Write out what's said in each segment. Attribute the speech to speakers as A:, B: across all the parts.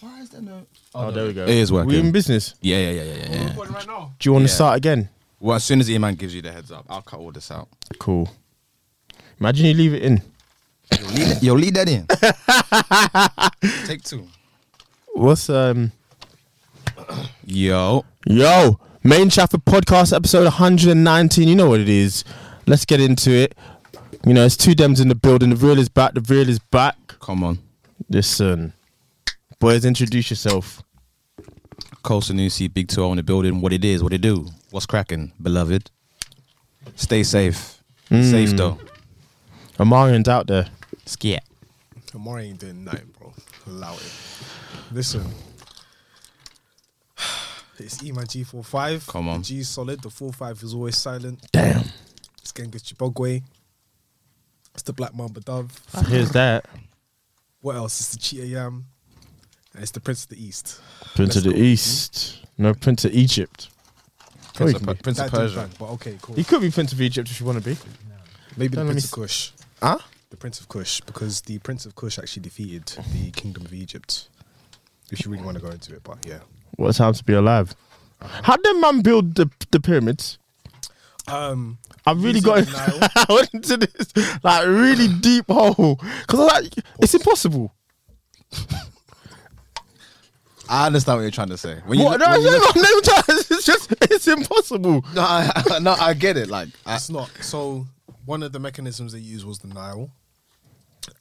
A: Why is there no?
B: Oh, there we go.
A: It is
B: We in
A: working.
B: business.
A: Yeah, yeah, yeah, yeah, yeah. yeah.
C: right now.
B: Do you want
A: Yeah.
B: to start again?
A: Well, as soon as Iman gives you the heads up, I'll cut all this out.
B: Cool. Imagine you leave it in.
A: Yo, leave that, yo, leave that in. Take two.
B: What's um?
A: Yo,
B: Yo, Main Trafford podcast episode 119. You know what it is. Let's get into it. You know, it's two dems in the building. The real is back. The real is back.
A: come on.
B: Listen, boys, introduce yourself.
A: Cole Sanusi, Big 2 in the building. What it is, what it do. What's cracking, beloved? Stay safe.
B: Mm.
A: Safe, though.
B: Amarian's out there.
A: Skia.
C: Tomorrow ain't doing nothing, bro. Allow it. Listen. It's E my G45.
A: Come on.
C: The G's solid. The 45 is always silent.
B: Damn.
C: It's Genghis Chibogwe. It's the Black Mamba Dove.
B: Here's that.
C: What else? It's the Cheetah Yam. And it's the Prince of the East.
B: Prince of
C: Let's
B: the
C: go.
B: East. No, Prince of Egypt. Oh,
A: Prince
B: he
A: of,
B: can
A: Per-
B: be.
A: Prince of
C: That didn't
A: Persia.
C: bang, But okay, cool.
B: He could be Prince of Egypt if you want to be.
C: Maybe the
B: Don't let
C: Prince of
B: me
C: Kush.
B: Huh?
C: The Prince of Kush. Because the Prince of Kush actually defeated the Kingdom of Egypt. If you really want to go into it, but yeah.
B: What a time to be alive. How did man build the, the pyramids?
C: Um,
B: I really
C: Using
B: got
C: the Nile.
B: I went into this like really deep hole because I like it's impossible.
A: I understand what you're trying to say. When
B: What?
A: look-
B: No,
A: when
B: no,
A: look-
B: no, no, no, it's just it's impossible.
A: no, I, no, I get it. Like, I,
C: It's not. So one of the mechanisms they used was the Nile,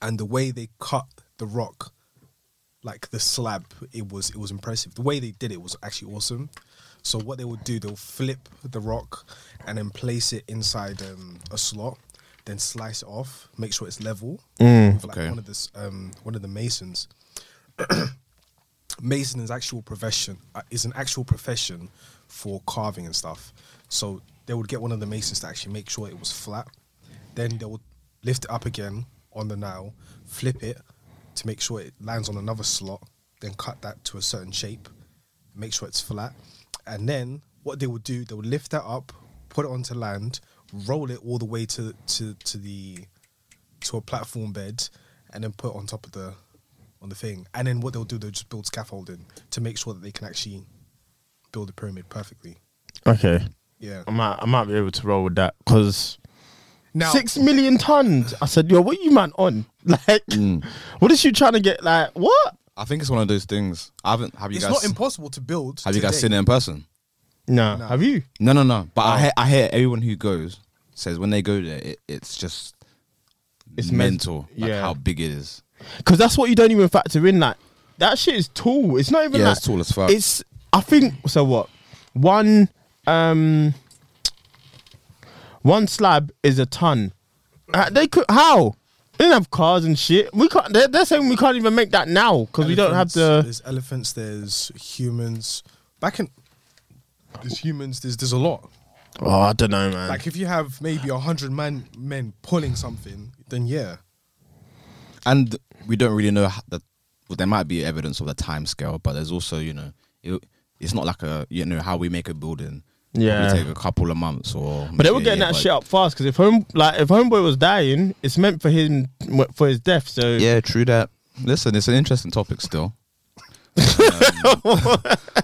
C: and the way they cut the rock, like the slab, it was it was impressive. The way they did it was actually awesome. So what they would do, they'll flip the rock, and then place it inside um, a slot, then slice it off, make sure it's level. with like
A: Okay.
C: one of the s- um, one of the masons. Mason is actual profession uh, is an actual profession for carving and stuff. So they would get one of the masons to actually make sure it was flat. Then they would lift it up again on the nail, flip it to make sure it lands on another slot, then cut that to a certain shape, make sure it's flat. And then what they would do, they would lift that up, put it onto land, roll it all the way to to, to the to a platform bed and then put it on top of the on the thing. And then what they'll do, they'll just build scaffolding to make sure that they can actually build the pyramid perfectly.
B: Okay,
C: Yeah.
B: I might I might be able to roll with that because
C: Now,
B: six million tons. I said, yo, what you man on? Like, what is you trying to get? Like, what?
A: I think it's one of those things. I haven't. Have you
C: it's
A: guys?
C: not impossible to build.
A: have you guys
C: today.
A: seen it in person?
B: No,
C: No.
B: have you?
A: No, no, no.
B: Oh.
A: But I, hear, I hear everyone who goes says when they go there, it, it's just
B: It's men-
A: mental. like
B: yeah.
A: how big it is.
B: Because that's what you don't even factor in. Like, that shit is tall. It's not even
A: Yeah,
B: like,
A: it's tall as fuck.
B: It's I think so. What one um one slab is a ton. Uh, they could how they didn't have cars and shit. We can't. They're, they're saying we can't even make that now because we don't have
C: Elephants,
B: the.
C: There's elephants. There's humans. Back in there's humans. There's there's a lot.
B: Oh, I don't know, man.
C: Like if you have maybe a hundred man men pulling something, then yeah.
A: and we don't really know h- that. Well, there might be evidence of the time scale, but there's also you know it, it's not like a you know how we make a building. Probably
B: Yeah.
A: take a couple of months or.
B: but they
A: maybe
B: were
A: a
B: getting
A: year,
B: that
A: but-
B: shit up fast because if home like if homeboy was dying, it's meant for him for his death. So
A: Yeah, true that. Listen, it's an interesting topic still. um,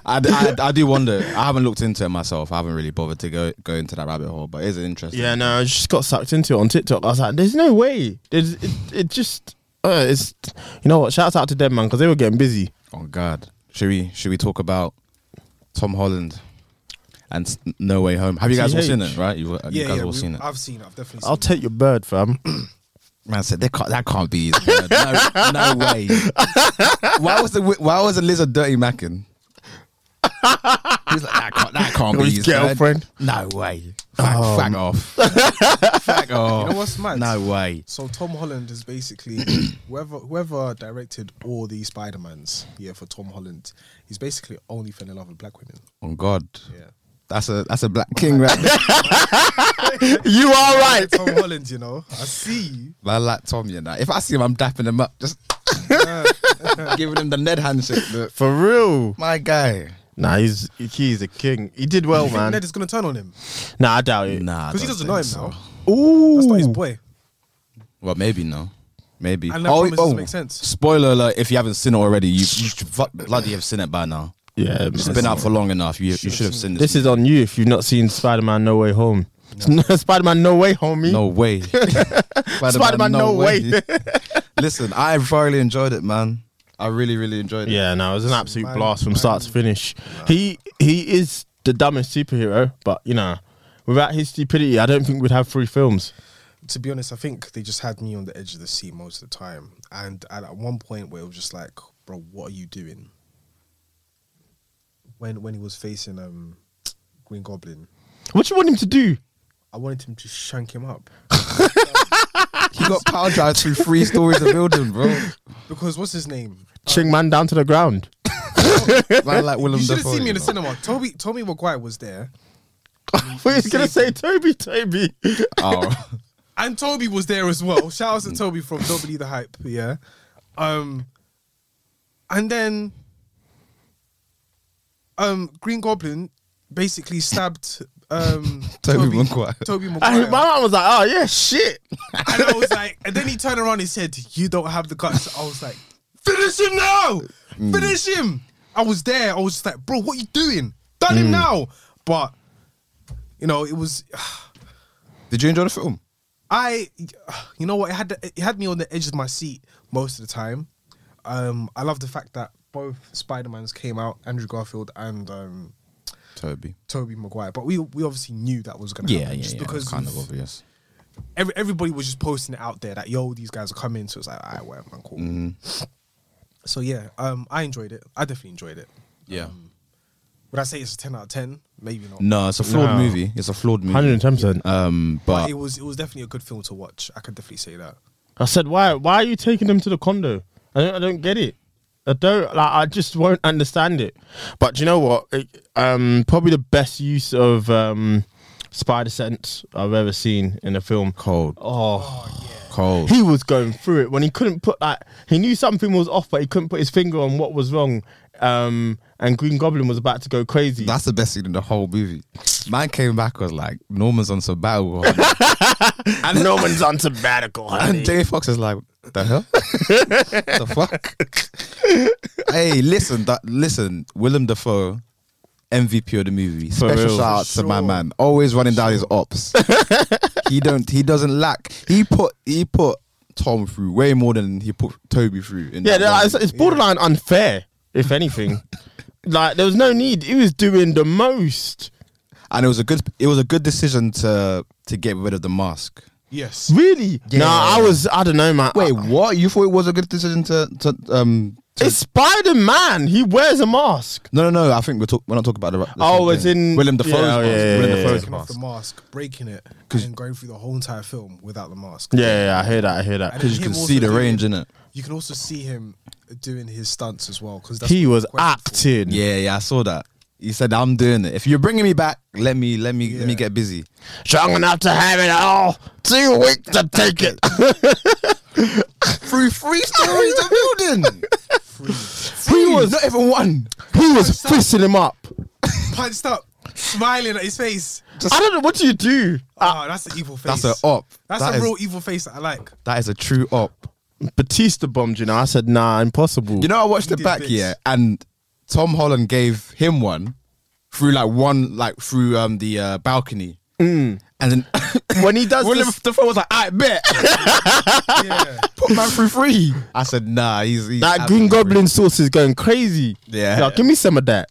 A: I, d- I d- I do wonder. I haven't looked into it myself. I haven't really bothered to go go into that rabbit hole, but it is interesting.
B: Yeah, no, I just got sucked into it on TikTok. I was like, there's no way. There's, it, it just, uh, it's, you know what? Shouts out to them, man, because they were getting busy.
A: Oh God, should we should we talk about Tom Holland and s- No Way Home? Have you guys all seen
B: TH?
A: it? Right, you, uh, you
C: yeah,
A: guys
C: yeah.
A: all
C: we-
A: seen it.
C: I've seen it. I've definitely. Seen
B: I'll take your bird, fam.
A: Man said they can't, that can't be. His bird. No, no way. Why was the wi- why was the lizard dirty macking? He's like that can't, that can't be
B: His
A: his bird.
B: girlfriend.
A: No way. Fuck, fuck off. fuck off.
C: Oh, You know what's mad?
A: No way.
C: So Tom Holland is basically whoever whoever directed all the Spider Mans, yeah, for Tom Holland, he's basically only fell in love with black women.
A: Oh God.
C: Yeah.
A: That's a that's a black king right there.
B: you are
C: Hey,
B: right.
C: Tom Holland, you know, I see you.
A: But I like Tom, you know. If I see him, I'm dapping him up, just giving him the Ned handshake. The,
B: For real.
A: my guy.
B: Nah, he's he's a king. He did well,
C: You think
B: man.
C: Ned is gonna turn on him
B: Nah, I doubt it.
A: Nah,
C: because he
A: don't
C: doesn't know him
A: think so.
C: now.
B: Ooh.
C: That's not his boy.
A: Well, maybe no. Maybe. Oh,
C: And that promises to make sense.
A: Spoiler alert, if you haven't seen it already, you, you should fu- bloody have seen it by now.
B: Yeah,
A: It's been out for long enough. You, you should have seen this.
B: This is on you if you've not seen Spider Man No Way Home. Spider Man No Way Homie.
A: No way. Spider-Man,
B: Spider-Man, no way.
A: Listen, I thoroughly enjoyed it, man. I really, really enjoyed it.
B: Yeah, no, it was an absolute
C: Man-
B: blast from start to finish. He he is the dumbest superhero, but you know, without his stupidity, I don't think we'd have three films.
C: to be honest, I think they just had me on the edge of the seat most of the time. And at at one point where it was just like, bro, what are you doing? When when he was facing um Green Goblin,
B: What do you want him to do?
C: I wanted him to shank him up.
A: He got power drive through three stories of building, bro.
C: Because what's his name?
B: Ching man down to the ground.
A: Man, like Willem
C: you should have
A: Dafoe,
C: seen me
A: you
C: in the
A: know.
C: cinema. Toby Toby Maguire was there.
B: I thought he was gonna say Toby, Toby.
A: Oh,
C: And Toby was there as well. Shout out to Toby from Don't Believe the Hype. Yeah. Um and then um Green Goblin basically stabbed um
A: Toby Maguire.
C: Toby
B: And
C: Maguire.
B: my mum was like, "Oh yeah, shit."
C: and I was like, and then he turned around and said, You don't have the guts. I was like, Finish him now!
A: Mm.
C: Finish him! I was there. I was just like, Bro, what you doing? Done
A: Mm.
C: him now! But, you know, it was.
A: did you enjoy the film?
C: I, you know what, it had it had me on the edge of my seat most of the time. Um, I love the fact that both Spider Mans came out, Andrew Garfield and um,
A: Toby.
C: Toby Maguire. But we we obviously knew that was going to
A: Yeah, yeah,
C: happen, just
A: yeah.
C: because
A: Because kind of
C: of-
A: obvious.
C: every, everybody was just posting it out there that yo, these guys are coming. So it's like, alright, whatever, man, cool.
A: Mm-hmm.
C: So yeah, um, I enjoyed it. I definitely enjoyed it.
A: Yeah.
C: Would I say it's a ten out of ten? Maybe not.
A: no, it's a flawed
B: No.
A: movie. It's a flawed
B: Hundred
A: movie.
B: and ten percent.
A: Um, but
C: It was it was definitely a good film to watch. I could definitely say that.
B: I said, "Why? Why are you taking them to the condo? I don't, I don't get it. I don't. Like, I just won't understand it." But do you know what? It, um, probably the best use of um, spider sense I've ever seen in a film.
A: cold,
B: Oh,
A: cold.
B: he was going through it when he couldn't put like he knew something was off, but he couldn't put his finger on what was wrong. Um, and Green Goblin was about to go crazy.
A: That's the best scene in the whole movie. Man came back was like, Norman's on sabbatical, honey.
B: and no one's on sabbatical,
A: and Jay Fox is like, the hell, the fuck. hey, listen, that listen, Willem Dafoe, MVP of the movie.
B: For
A: Special
B: real.
A: shout out to my
C: Sure.
A: man, always running down his ops. he don't, he doesn't lack. He put, he put Tom through way more than he put Toby through. In
B: Yeah,
A: that one.
B: that- it's, it's borderline unfair, if anything. like there was no need. He was doing the most.
A: and it was a good, it was a good decision to to get rid of the mask. Uh,
C: Yes.
B: Really?
A: Yeah.
B: Nah, I was. I don't know, man.
A: Wait,
B: I-
A: what? You thought it was a good decision to to um? To,
B: it's Spider Man. He wears a mask.
A: no, no, no. I think we're talk, we're not talking about the. the
B: Oh,
A: same
B: it's
A: thing.
B: in-
A: Willem Dafoe's
B: yeah, oh,
A: mask.
B: yeah, yeah,
A: Willem
B: yeah,
A: Dafoe's
C: Taking off
A: mask.
C: the mask, breaking it, and going through the whole entire film without the mask.
B: Yeah, yeah, I hear that. I hear that.
A: Because you
C: Him
A: can
C: also
A: see the
C: doing
A: range
C: it.
A: in it.
C: You can also see him doing his stunts as well. Because
B: He was acting.
A: Yeah, yeah, I saw that. He said, "I'm doing it. If you're bringing me back, let me, let me, let me
C: Yeah.
A: get busy."
B: Strong enough to have it all. Too weak to take it.
A: Through three stories of building,
B: he was.
A: not even one.
B: He was fisting him up.
C: punched up, smiling at his face.
B: I don't know. What do you do?
C: Ah, that's an evil face.
A: That's an op.
C: That's
A: That
C: a
A: is-
C: real evil face that I like.
A: That is a true op.
B: Batista bombed you. Know. I said, nah, impossible.
A: You know, I watched
C: He
A: it
C: did
A: back
C: bits.
A: yeah, and Tom Holland gave him one through like one like through um the uh, balcony,
B: Mm.
A: and then
B: when he does
A: Willem
B: this,
A: Dafoe was like, "I bet."
C: Yeah.
A: put man through three. I said, nah, he's, he's
B: that Green Goblin sauce is going crazy.
A: Yeah.
B: Yo, give me some of that.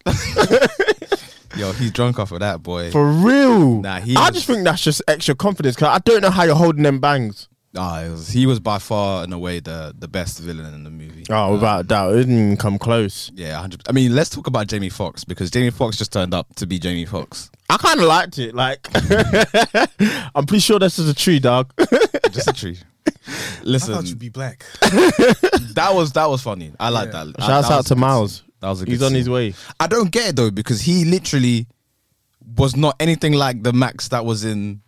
A: Yo, he's drunk off of that boy.
B: For real.
A: Nah, he
B: I
A: was-
B: just think that's just extra confidence because I don't know how you're holding them bangs.
A: Nah, it was- he was by far and away the the best villain in the movie.
B: Oh, without a doubt. It didn't even come close.
A: Yeah, 100. I mean, let's talk about Jamie Foxx because Jamie Foxx just turned up to be Jamie Foxx.
B: I kind of liked it. Like, I'm pretty sure this is a tree, dog.
A: Just a tree.
C: I thought you'd
A: Listen,
C: be black.
A: that was that was funny. I like
C: Yeah.
A: that. That-
B: Shouts
A: that
B: out
A: was a
B: to
A: good
B: Miles.
A: scene. That was a good
B: He's on
A: scene.
B: his way.
A: I don't get it though because he literally was not anything like the Max that was in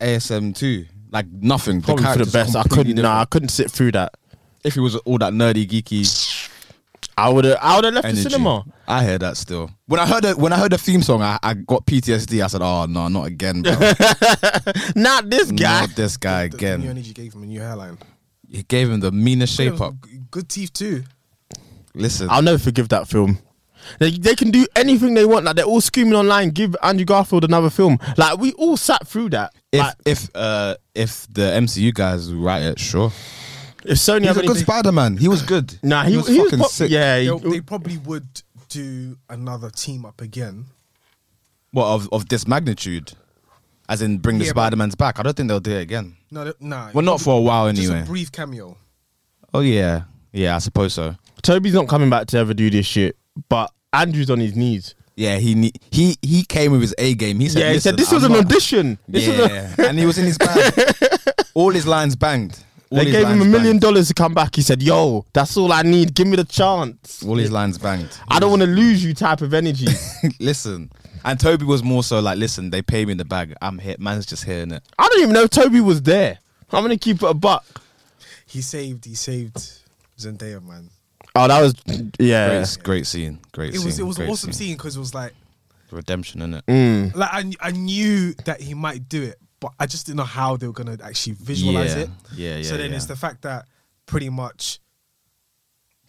A: ASM two. Like nothing. The
B: Probably for the
A: character's
B: best. I
A: completely
B: couldn't. Nah, I
A: different.
B: couldn't sit through that.
A: If he was all that nerdy geeky
B: I would have. I would have left
A: energy.
B: the cinema.
A: I hear that still. When I heard the, when I heard the theme song, I, I got PTSD. I said, "Oh no, not again, bro.
B: Not this guy.
A: not this guy
C: The, the new
A: again."
C: energy gave him a new hairline.
A: He gave him the meanest shape up.
C: G- Good teeth too.
A: Listen,
B: I'll never forgive that film. They, they can do anything they want. Like they're all screaming online, give Andrew Garfield another film. Like we all sat through that.
A: if
B: like,
A: if uh if the MCU guys write it, sure.
B: if Sony
A: He's
B: have
A: a good
B: anything,
A: Spider Man. He was good.
B: nah, he,
A: was fucking
B: pro-
A: sick.
B: Yeah,
C: They,
B: he-
C: they probably would do another team up again.
A: What of of this magnitude? As in, bring the
C: Yeah, but-
A: Spider Man's back. I don't think they'll do it again.
C: No, they- nah.
A: Well, not for a while
C: Just
A: anyway.
C: a brief cameo.
A: oh yeah, yeah, I suppose so.
B: Toby's not coming back to ever do this shit. But Andrew's on his knees.
A: Yeah, he ne- he he came with his A game. He said,
B: yeah, he
A: "Listen,
B: said this
A: I'm
B: was an
A: not-
B: audition. This was a-
A: yeah, and he was in his band. All his lines banged. All
B: they
A: his
B: gave him a
A: lines
B: million
A: banged.
B: dollars to come back. He said, "Yo, that's all I need. Give me the chance.
A: All his lines banged.
B: I don't want to lose you." Type of energy.
A: listen. And Toby was more so like, listen, they pay me in the bag. I'm here. Man's just hearing it.
B: I don't even know if Toby was there. I'm gonna keep it a buck.
C: He saved. He saved Zendaya, man.
B: Oh, that was yeah.
A: Great, great scene. Great
C: It
A: scene.
C: was. It was an
A: great
C: awesome scene because it was like,
A: Redemption, innit?
C: like I, I knew that he might do it, but I just didn't know how they were gonna actually visualize
A: Yeah.
C: it.
A: Yeah,
C: So
A: yeah,
C: then
A: yeah.
C: it's the fact that pretty much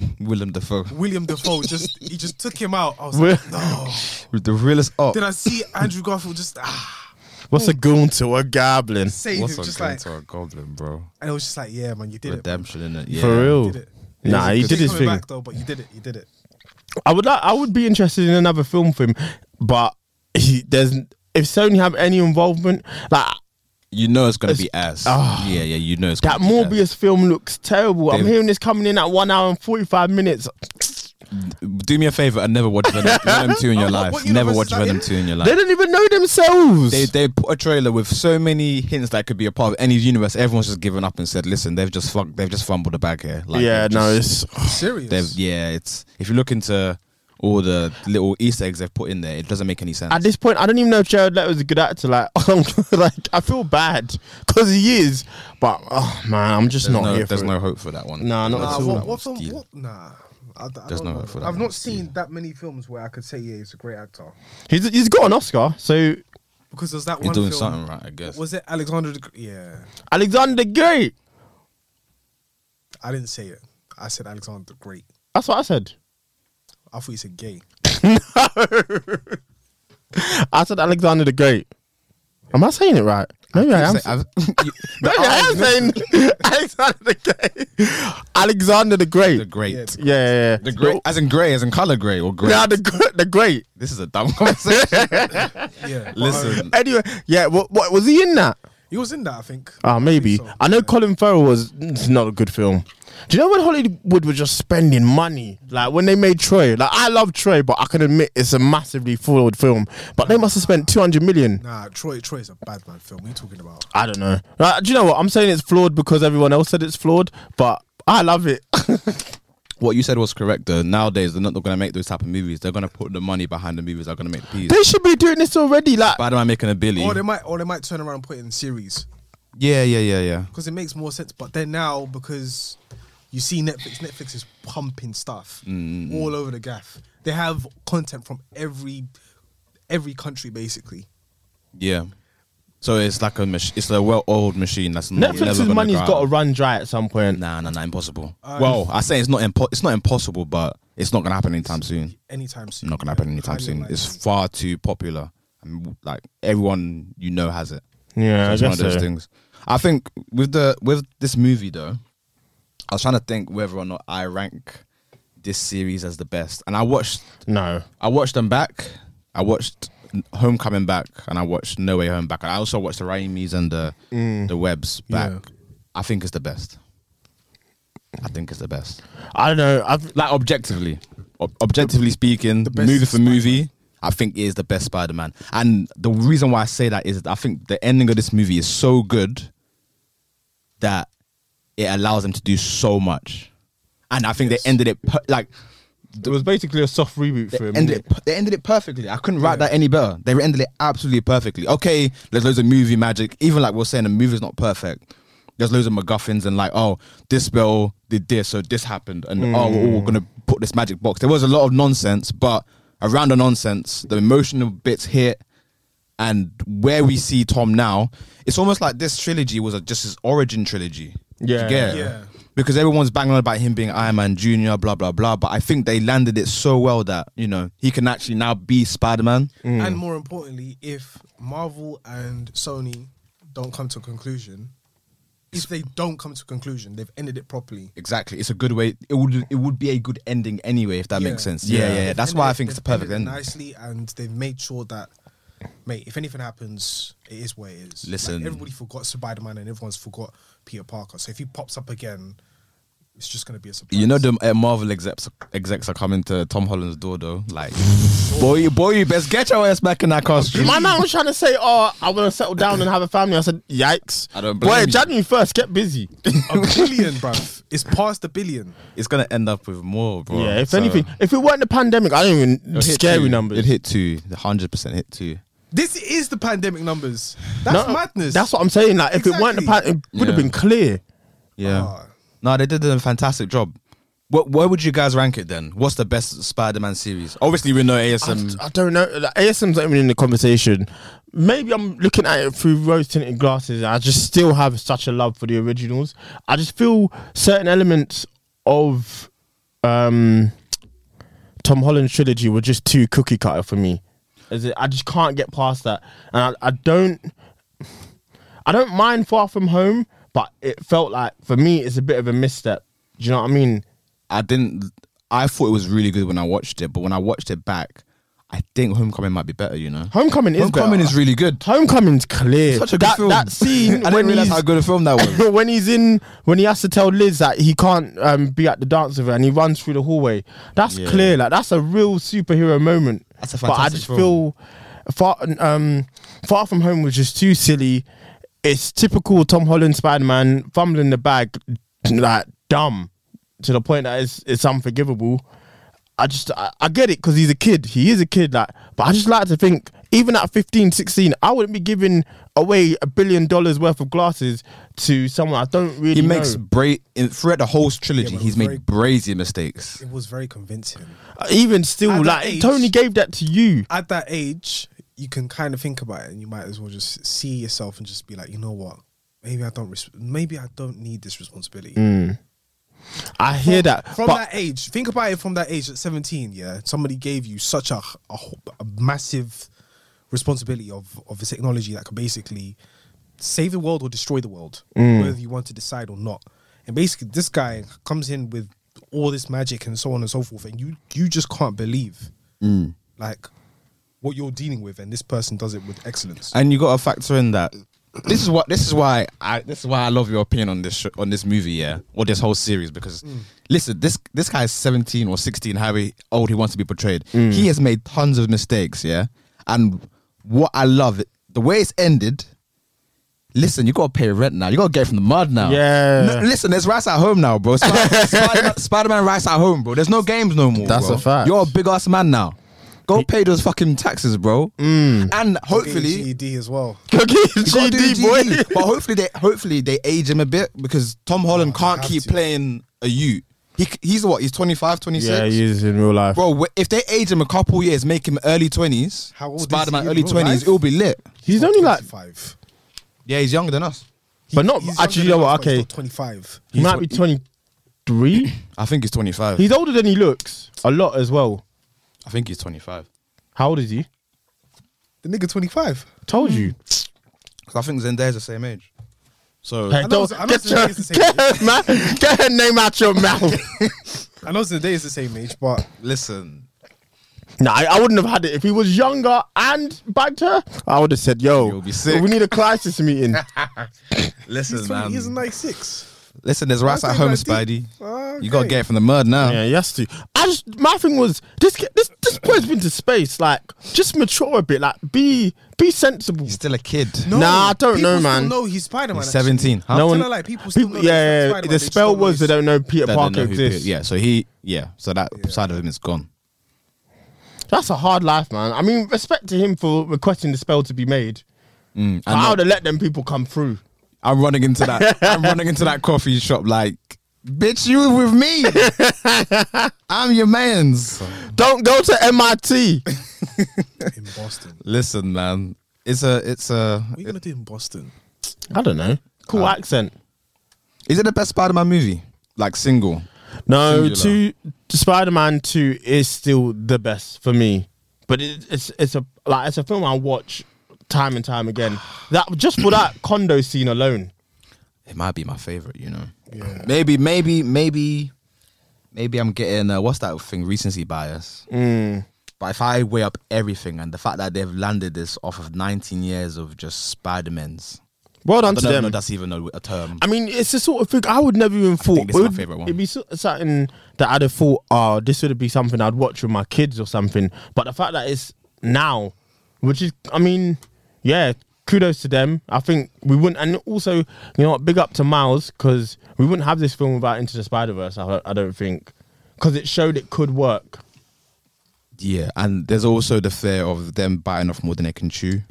B: Mm.
A: Willem Dafoe.
C: William Defoe just he just took him out. I was
B: Will-
C: like, no.
A: With the realest
B: oh.
A: up.
C: Then I see Andrew Garfield just ah,
B: What's a goon to a goblin?
C: save
A: What's
C: him,
A: a
C: just
A: gun
C: like,
A: to a goblin, bro?
C: and it was just like, yeah, man, you did it. man.
A: Redemption, innit? Yeah.
B: For
C: You
B: real.
C: did it.
B: Nah,
A: It
B: he
A: was a
B: did
A: good-
B: his
C: Coming
B: thing.
C: back though, but you did it. You did it.
B: I would like, I would be interested in another film for him, but he, there's if Sony have any involvement, like
A: You know it's gonna
B: It's-
A: be ass.
B: Ah.
A: yeah, yeah. You know it's
B: that
A: gonna be ass.
B: Morbius film looks terrible. I'm
A: They-
B: hearing this coming in at one hour and forty five minutes.
A: Do me a favor and never watch Venom, Venom Two in your
C: What-
A: life.
C: what
A: never
C: universe
A: watch
C: is that
A: Venom
C: in?
A: Two in your life.
B: They didn't even know themselves.
A: They they put a trailer with so many hints that could be a part of any universe. Everyone's just given up and said, "Listen, they've just fucked, they've just fumbled the bag here." Like,
B: yeah,
A: they've
B: no,
A: just-
B: it's
C: Serious.
A: they've yeah. It's if you look into all the little Easter eggs they've put in there, it doesn't make any sense.
B: at this point, I don't even know if Jared Leto is a good actor. Like, like I feel bad because he is, but oh man, I'm just
A: there's
B: not
A: no,
B: here.
A: there's
B: for
A: no
B: it.
A: hope for that one.
B: Nah, not
C: Nah,
B: at all.
C: what,
A: That
C: what
A: one's
C: film?
A: deal.
C: What? Nah. I, I
A: There's
C: don't
A: no
C: know.
A: hope for that
C: I've
A: one.
C: not seen that many films where I could say yeah, he's a great actor.
B: He's he's got an Oscar, so
C: Because there's that
A: You're
C: one
A: doing
C: film.
A: something right, I guess.
C: Was it Alexander? the Gr- Yeah,
B: Alexander the Great.
C: I didn't say it. I said Alexander the Great.
B: That's what I said.
C: I thought you said gay.
B: I said Alexander the Great. Am I saying it right? Maybe I, am.
A: Say- I've- you-
B: Maybe I am saying Alexander the Great. Alexander the Great.
A: the great,
B: yeah,
C: Yeah,
B: yeah, yeah.
A: the great, as in grey, as in color grey or grey.
B: Nah, the gr- the Great.
A: this is a dumb conversation.
C: Yeah.
A: Listen,
B: Anyway, yeah. What, what was he in that?
C: uh, He was in that, I think.
B: Ah, maybe.
C: think so.
B: I know
C: Yeah.
B: Colin Farrell was it's not a good film. Do you know when Hollywood was just spending money? Like when they made Troy. Like I love Troy, but I can admit it's a massively flawed film. But they must have spent two hundred million.
C: Nah, Troy. Troy is a bad man film. What are you talking about?
B: I don't know. Like, do you know what? I'm saying it's flawed because everyone else said it's flawed, but I love it.
A: what you said was correct though. Nowadays they're not going to make those type of movies. They're going to put the money behind the movies. They're going to make the peas.
B: they should be doing this already. Like
A: Spider-Man making a Billy.
C: Or they might, or they might turn around and put it in series
A: yeah, yeah, yeah, yeah.
C: because it makes more sense. But then now, because you see Netflix, Netflix is pumping stuff all over the gaff. They have content from every every country basically.
A: Yeah. So it's like a mach- it's a well-oiled machine that's not, never
B: Netflix's
A: gonna
B: money's
A: go
B: got to
A: out.
B: run dry at some point.
A: Nah, nah, nah, impossible.
C: Uh,
A: well, I say it's not impo- it's not impossible, but it's not gonna happen anytime soon.
C: Anytime soon.
A: Not gonna
C: Yeah,
A: happen anytime
C: highly
A: soon. It's
C: unlikely.
A: far too popular. I mean, like everyone you know has it.
B: Yeah, I
A: it's
B: guess so.
A: things. I think with the with this movie though, I was trying to think whether or not I rank this series as the best, and I watched
B: No.
A: I watched them back. I watched Homecoming back, and I watched No Way Home back. And I also watched the Raimis and the
B: Mm.
A: the Webs back.
C: Yeah.
A: I think it's the best. I think it's the best.
B: I don't know. I've
A: Like objectively, ob- objectively speaking,
C: best
A: movie for movie, I think it is the best Spider-Man. And the reason why I say that is I think the ending of this movie is so good that it allows them to do so much. And I think they ended it per- like
B: it was basically a soft reboot
A: they
B: for him.
A: ended it, they ended it perfectly. I couldn't write that any better. They ended it absolutely perfectly. Okay, there's loads of movie magic. Even like we we're saying, the movie's not perfect. There's loads of MacGuffins and like, oh, this bell did this, so this happened, and oh, we're all gonna put this magic box. There was a lot of nonsense, but around the nonsense, the emotional bits hit, and where we see Tom now, it's almost like this trilogy was a, just his origin trilogy. Do you
B: Yeah.
A: get it?
C: Yeah.
A: because everyone's banging on about him being Iron Man Junior, blah blah blah. But I think they landed it so well that you know he can actually now be Spider Man.
C: And more importantly, if Marvel and Sony don't come to a conclusion, if they don't come to a conclusion, they've ended it properly.
A: Exactly, it's a good way. It would it would be a good ending anyway if that
C: Yeah.
A: makes sense. Yeah, yeah, yeah.
C: They've
A: That's why I
C: ended it-
A: think it's the
C: they've ended
A: perfect
C: it
A: ending.
C: Nicely, and they've made sure that, mate, if anything happens, it is what it is. Like,
A: Listen.
C: everybody forgot Spider Man and everyone's forgot Peter Parker. So if he pops up again, it's just gonna be a surprise.
A: You know the uh, Marvel execs, execs are coming to Tom Holland's door though. Like, boy, boy, you best get your ass back in that costume.
B: My man was trying to say, "Oh, I want to settle down and have a family." I said, "Yikes!"
A: I don't
B: Boy,
A: blame you.
B: January first, get busy.
C: a billion, bruv. It's past a billion.
A: It's gonna end up with more, bro.
B: yeah, if
A: So-
B: anything, if it weren't the pandemic, I don't even
A: It'll hit
B: scary
A: two.
B: numbers.
A: It hit two, hundred percent hit two.
C: This is the pandemic numbers. That's
B: No,
C: madness.
B: That's what I'm saying. Like, if it weren't the
C: Exactly.
B: pandemic, it would have
A: Yeah.
B: been clear.
A: Yeah.
C: Ah.
A: No, they did a fantastic job. What, where would you guys rank it then? What's the best Spider-Man series? Obviously, we know ASM.
B: I don't know. Like, ASM's not even in the conversation. Maybe I'm looking at it through rose tinted glasses. I just still have such a love for the originals. I just feel certain elements of um, Tom Holland's trilogy were just too cookie cutter for me. As it, I just can't get past that, and I, I don't. I don't mind Far From Home, but it felt like for me it's a bit of a misstep. Do you know what I mean?
A: I didn't. I thought it was really good when I watched it, but when I watched it back, I think Homecoming might be better. You know,
B: Homecoming is
A: Homecoming
B: better.
A: is really good.
B: Homecoming's clear.
A: Such a good
B: that,
A: film.
B: that
A: I
B: scene
A: didn't
B: when
A: realize
B: he's
A: how good a film that was.
B: when he's in when he has to tell Liz that he can't um, be at the dance with her and he runs through the hallway. That's
A: Yeah.
B: clear. Like that's a real superhero moment.
A: That's a
B: But I
A: fantastic
B: just
A: film.
B: feel far um, far from home was just too silly. It's typical Tom Holland Spider Man fumbling the bag like dumb to the point that it's it's unforgivable. I just I, I get it because he's a kid. He is a kid, like. But I just like to think, even at 15, 16, I wouldn't be giving away a billion dollars worth of glasses to someone I don't
A: He
B: really.
A: makes
B: know.
A: bra- in, throughout the whole trilogy.
C: Yeah, but
A: he's
C: very-
A: made brazy mistakes.
C: It was very convincing.
B: even still
C: At that
B: like
C: age-
B: Tony gave that to you.
C: At that age, you can kind of think about it, and you might as well just see yourself and just be like, you know what? Maybe I don't. Res- maybe I don't need this responsibility.
B: I hear that,
C: From
B: but
C: that age, think about it. From that age, at seventeen, yeah, somebody gave you such a a, ho- a massive responsibility of of a technology that could basically save the world or destroy the world,
B: Mm.
C: whether you want to decide or not. And basically, this guy comes in with all this magic and so on and so forth, and you you just can't believe
B: Mm.
C: like what you're dealing with, and this person does it with excellence.
A: and you got to factor in that this is what this is why I this is why I love your opinion on this sh- on this movie, yeah, or this whole series because listen, this this guy is seventeen or sixteen, however old he wants to be portrayed.
B: Mm.
A: He has made tons of mistakes, yeah, and what I love the way it's ended. Listen, you gotta pay rent now. You gotta get from the mud now.
B: Yeah.
A: No, listen, there's rice at home now, bro. Spider Man rice at home, bro. There's no games no more.
B: That's
A: bro.
B: a fact.
A: You're a big ass man now. Go pay those fucking taxes, bro.
B: Mm.
A: And hopefully,
C: GED E as well.
B: Cookie
A: you gotta do
B: GD
A: GD.
B: boy.
A: But hopefully they hopefully they age him a bit because Tom Holland
C: Oh,
A: can't
C: have
A: keep
C: to.
A: playing a youth. He c- he's what he's 25, 26.
B: Yeah, he is in real life.
A: Bro, wh- if they age him a couple years, make him early twenties,
C: How old is he
A: Spider Man
C: in
A: early
C: real
A: twenties,
C: life?
A: it'll be lit.
B: He's only like,
C: five,
A: Yeah, he's younger than us.
B: but not actually. You know what? Okay,
C: twenty five.
B: he might be twenty three.
A: I think he's twenty five.
B: He's older than he looks a lot as well.
A: I think he's twenty five.
B: How old is he?
C: The nigga twenty five.
B: Told you.
A: Because I think Zendaya's the same age. So
B: Hey,
C: know
B: don't-
C: it's- I know
B: get
C: it's
B: your
C: the same age.
B: get her ma- get her name out your mouth.
C: I know today is the same age, but
A: listen,
B: nah, I, I wouldn't have had it if he was younger and bagged her. I would have said, "Yo,
A: You'll be sick.
B: we need a crisis meeting."
A: listen,
C: he's, 20, he's 96.
A: Listen, there's rice
C: I
A: at
C: think
A: home,
C: I did.
A: Spidey.
C: Okay.
A: You gotta get it from the mud now.
B: yeah, he has to. I just my thing was this ki- this this boy's been to space. Like, just mature a bit. Like, be be sensible.
A: He's still a kid.
B: Nah, I don't know, man.
C: No, he's Spider Man.
A: He's 17, huh?
B: No
A: No
B: one.
C: one- like, people still know
B: yeah,
C: that he's
B: yeah,
C: Spider-Man,
B: the
C: they just
B: spell
C: don't know
B: was they
C: he's-
B: don't know Peter
A: That don't
B: Parker
A: know who-
B: exists.
A: Yeah, so he yeah, so that side of him is gone.
B: That's a hard life, man. I mean, respect to him for requesting the spell to be made.
A: And
B: Mm, I
A: not-
B: would have let them people come through.
A: I'm running into that. I'm running into that coffee shop like, bitch, you with me. I'm your man's.
B: Don't go to MIT.
C: in Boston.
A: Listen, man, it's a, it's a.
C: What are you gonna do in Boston?
B: Uh, I don't know. Cool accent.
A: Is it the best Spider-Man movie? like single?
B: No,
A: Singular.
B: two Spider Man Two is still the best for me, but it, it's it's a like it's a film I watch time and time again. That just for that condo scene alone.
A: It might be my favorite. You know.
C: Yeah.
A: Maybe, maybe, maybe, maybe I'm getting uh, what's that thing? Recency bias. But if I weigh up everything and the fact that they've landed this off of 19 years of just Spider-Man's,
B: Well
A: I
B: done
A: don't
B: to
A: know
B: them.
A: if that's even a, a term.
B: I mean, it's the sort of thing I would never even thought.
A: this is my
B: would-
A: favourite one.
B: It'd be so- something that I'd have thought, oh, this would be something I'd watch with my kids or something. But the fact that it's now, which is, I mean, yeah, kudos to them. I think we wouldn't, and also, you know what, big up to Miles because we wouldn't have this film without Into the Spider Verse. I, don't- I don't think because it showed it could work.
A: yeah, and there's also the fear of them biting off more than they can chew.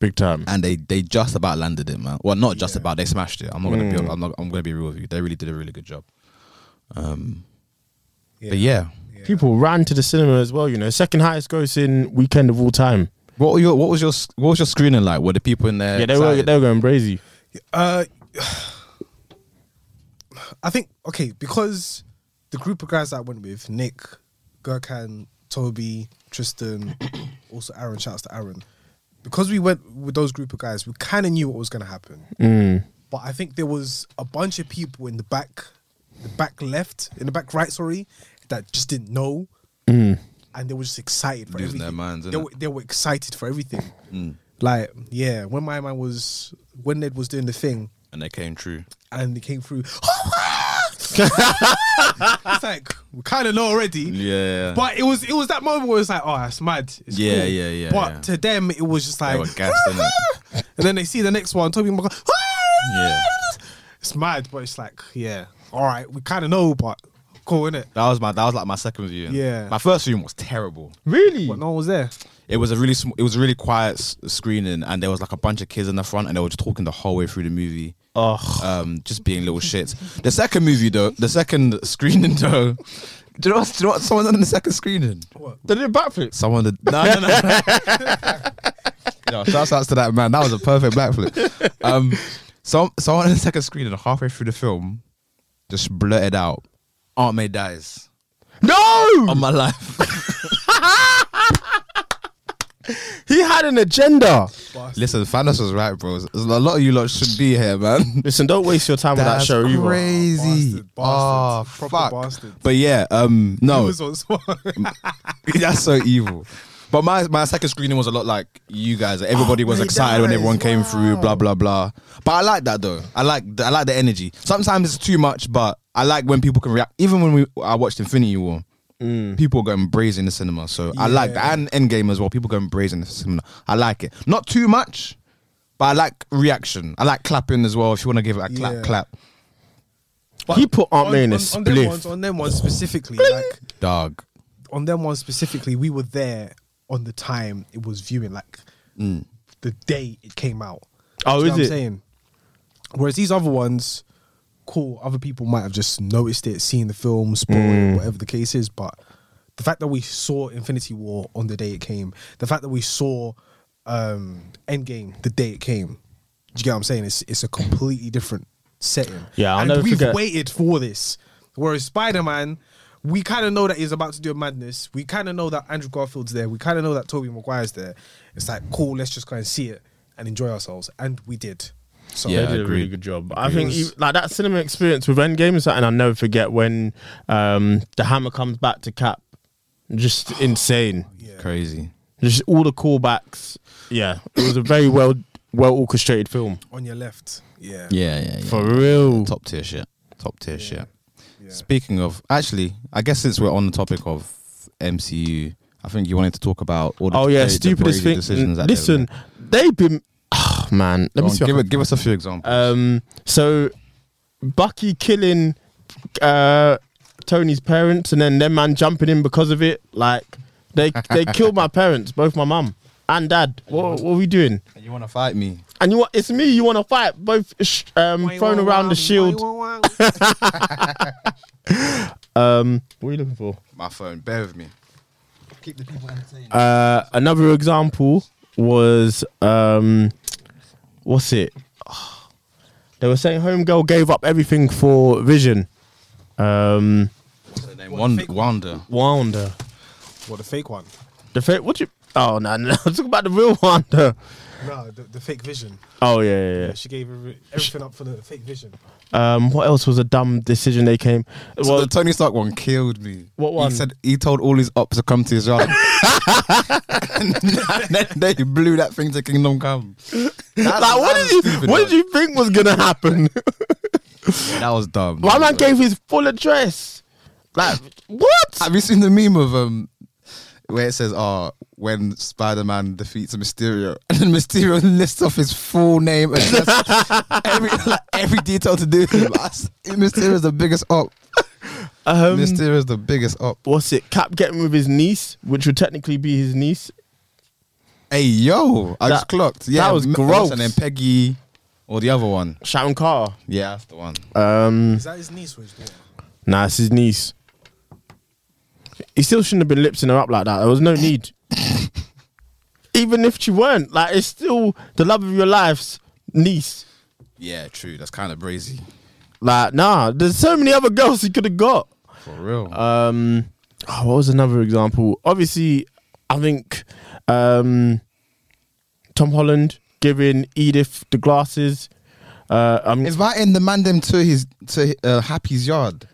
B: Big time.
A: and they they just about landed it, man. Well, not just about. They smashed it. I'm not gonna be. I'm not. I'm gonna be real with you. They really did a really good job.
C: Yeah.
A: But yeah,
B: People ran to the cinema as well. You know, second highest grossing weekend of all time.
A: what were your what was your what was your screening like? Were the people in there?
B: Yeah, they were
A: excited?
B: they were going crazy.
C: Uh, I think okay because the group of guys that I went with Nick, Gurkan, Toby, Tristan, also Aaron. Shouts to Aaron. Because we went with those group of guys, we kind of knew what was going to happen.
B: Mm.
C: But I think there was a bunch of people in the back, the back left, in the back right, sorry, that just didn't know, and they were just excited for
A: Losing
C: everything.
A: their minds,
C: they
A: innit? Mm.
C: were they were excited for everything. Like, yeah, when my man was when Ned was doing the thing
A: and they came true.
C: and it came through. Oh, ah! it's like we kind of know already.
A: Yeah.
C: But it was it was that moment where it's like, oh, that's mad. It's
A: Yeah,
C: cool.
A: yeah, yeah,
C: But
A: yeah.
C: to them, it was just
A: They
C: like,
A: were gassed, innit?
C: and then they see the next one. Toby Maguire. Ah!
A: Yeah.
C: It's mad, but it's like, yeah, all right, we kind of know, but cool, innit?
A: That was my that was like my second viewing.
C: Yeah.
A: my first viewing was terrible.
B: Really?
C: But no one was there.
A: It was a really sm- it was a really quiet s- screening, and there was like a bunch of kids in the front, and they were just talking the whole way through the movie.
B: Oh,
A: um, just being little shits. The second movie though, the second screening though, do you know what? Do you know what someone done in the second screening?
B: did it backflip?
A: Someone did. No, no, no. no shouts outs to that man. That was a perfect backflip. Um, some someone in the second screening halfway through the film just blurted out, "Aunt May dies."
B: No,
A: On my life,
B: he had an agenda.
A: listen, Thanos was right, bro. There's A lot of you lot should be here, man.
B: Listen, don't waste your time
A: That's
B: with that show either.
A: crazy.
C: Bastard, bastard.
A: oh,
C: Proper
A: fuck.
C: bastard.
A: But yeah, um,
C: It
A: no.
C: was on Swan.
A: That's so evil. But my, my second screening was a lot like you guys. Like, Everybody was
C: my
A: excited when
C: days,
A: everyone came through.
C: wow.
A: Blah blah blah. But I like that though. I like th- I like the energy. Sometimes it's too much, but I like when people can react. Even when we I watched Infinity War,
C: Mm.
A: people were going brazen in the cinema. So I like that, and Endgame as well. People going brazen in the cinema. I like it. Not too much, but I like reaction. I like clapping as well. If you want to give it a clap,
C: Yeah.
A: clap,
B: He put Aunt May in a
C: on, on them ones,
B: spliff.
C: on them ones specifically, like
A: dog.
C: on them one specifically, we were there on the time it was viewing, like the day it came out.
B: Mm. Oh,
C: Do you know
B: is
C: what
B: it?
C: I'm saying? Whereas these other ones, cool, other people might have just noticed it, seen the film, spoiled
B: Mm.
C: it, whatever the case is, but the fact that we saw Infinity War on the day it came, the fact that we saw um Endgame the day it came, do you get what I'm saying? It's it's a completely different setting.
B: Yeah, I'll
C: and
B: never
C: we've
B: forget-
C: waited for this. Whereas Spider Man, we kind of know that he's about to do a madness. We kind of know that Andrew Garfield's there. We kind of know that Tobey Maguire's there. It's like, cool, let's just go and see it and enjoy ourselves. And we did. So,
A: Yeah,
B: they did a
A: agreed.
B: really good job. I think
C: It
B: you,
C: was-
B: like that cinema experience with Endgame is something I'll never forget. When um, the hammer comes back to Cap, just insane.
C: Yeah.
A: Crazy.
B: Just all the callbacks. Yeah, it was a very well well orchestrated film
C: on your left. Yeah.
A: Yeah, yeah, yeah.
B: for real.
A: top tier shit. Top tier shit.
C: Yeah.
A: Speaking of, actually, I guess since we're on the topic of MCU, I think you wanted to talk about all the
B: Oh yeah,
A: the- the
B: stupidest
A: crazy
B: thing.
A: decisions. that they've
B: Listen,
A: made.
B: they've been. Oh man, let
A: Go
B: me
A: on,
B: see. if I
A: give,
B: can
A: it, give us a few examples.
B: Um, so Bucky killing uh, Tony's parents, and then their man jumping in because of it. Like they they killed my parents, both my mum and dad. What, what are we doing?
A: you want to fight me?
B: And you want it's me. You want to fight? Both sh- um, thrown around the shield. Um, what are you looking for?
A: My phone. Bear with me.
D: Keep the people entertained.
B: Uh, another example was um, what's it? They were saying Homegirl gave up everything for Vision. Um,
A: Wanda, Wanda.
B: Wanda.
C: Well, the fake one.
B: The fake. What you? Oh no, no. Talk about the real Wanda.
C: No, the, the fake vision.
B: Oh yeah, yeah,
C: Yeah, she gave every- everything up for the fake vision.
B: yeah. Um, what else was a dumb decision they came?
A: So
B: Well,
A: the Tony Stark one killed me.
B: What one?
A: He said he told all his ops to come to his yard. and then they blew that thing to Kingdom Come. That,
B: like, what did you? What did you think was gonna happen?
A: That was dumb.
B: My man
A: That was-
B: gave his full address. Like what?
A: Have you seen the meme of um where it says, "Oh, when Spider-Man defeats Mysterio," and then Mysterio lists off his full name, address, every like, every detail to do with him. Mysterio is the biggest op.
B: Um,
A: Mysterio is the biggest op.
B: what's it? Cap getting with his niece, which would technically be his niece.
A: Hey yo, I
B: That-
A: just clocked. Yeah,
B: was
A: M-
B: gross.
A: And then Peggy, or the other one.
B: Sharon Carr.
A: Yeah, that's the one.
B: Um,
C: Is that his niece or his daughter?
B: nah, it's his niece. He still shouldn't have been lipsing her up like that. There was no need. Even if she weren't, like it's still the love of your life's niece.
A: Yeah, true. That's kind of brazy.
B: Like, nah, there's so many other girls he could have got.
A: For real.
B: Um, oh, what was another example? Obviously, I think um, Tom Holland giving Edith the glasses. Uh, um,
A: is that in the man them to his to uh, Happy's yard?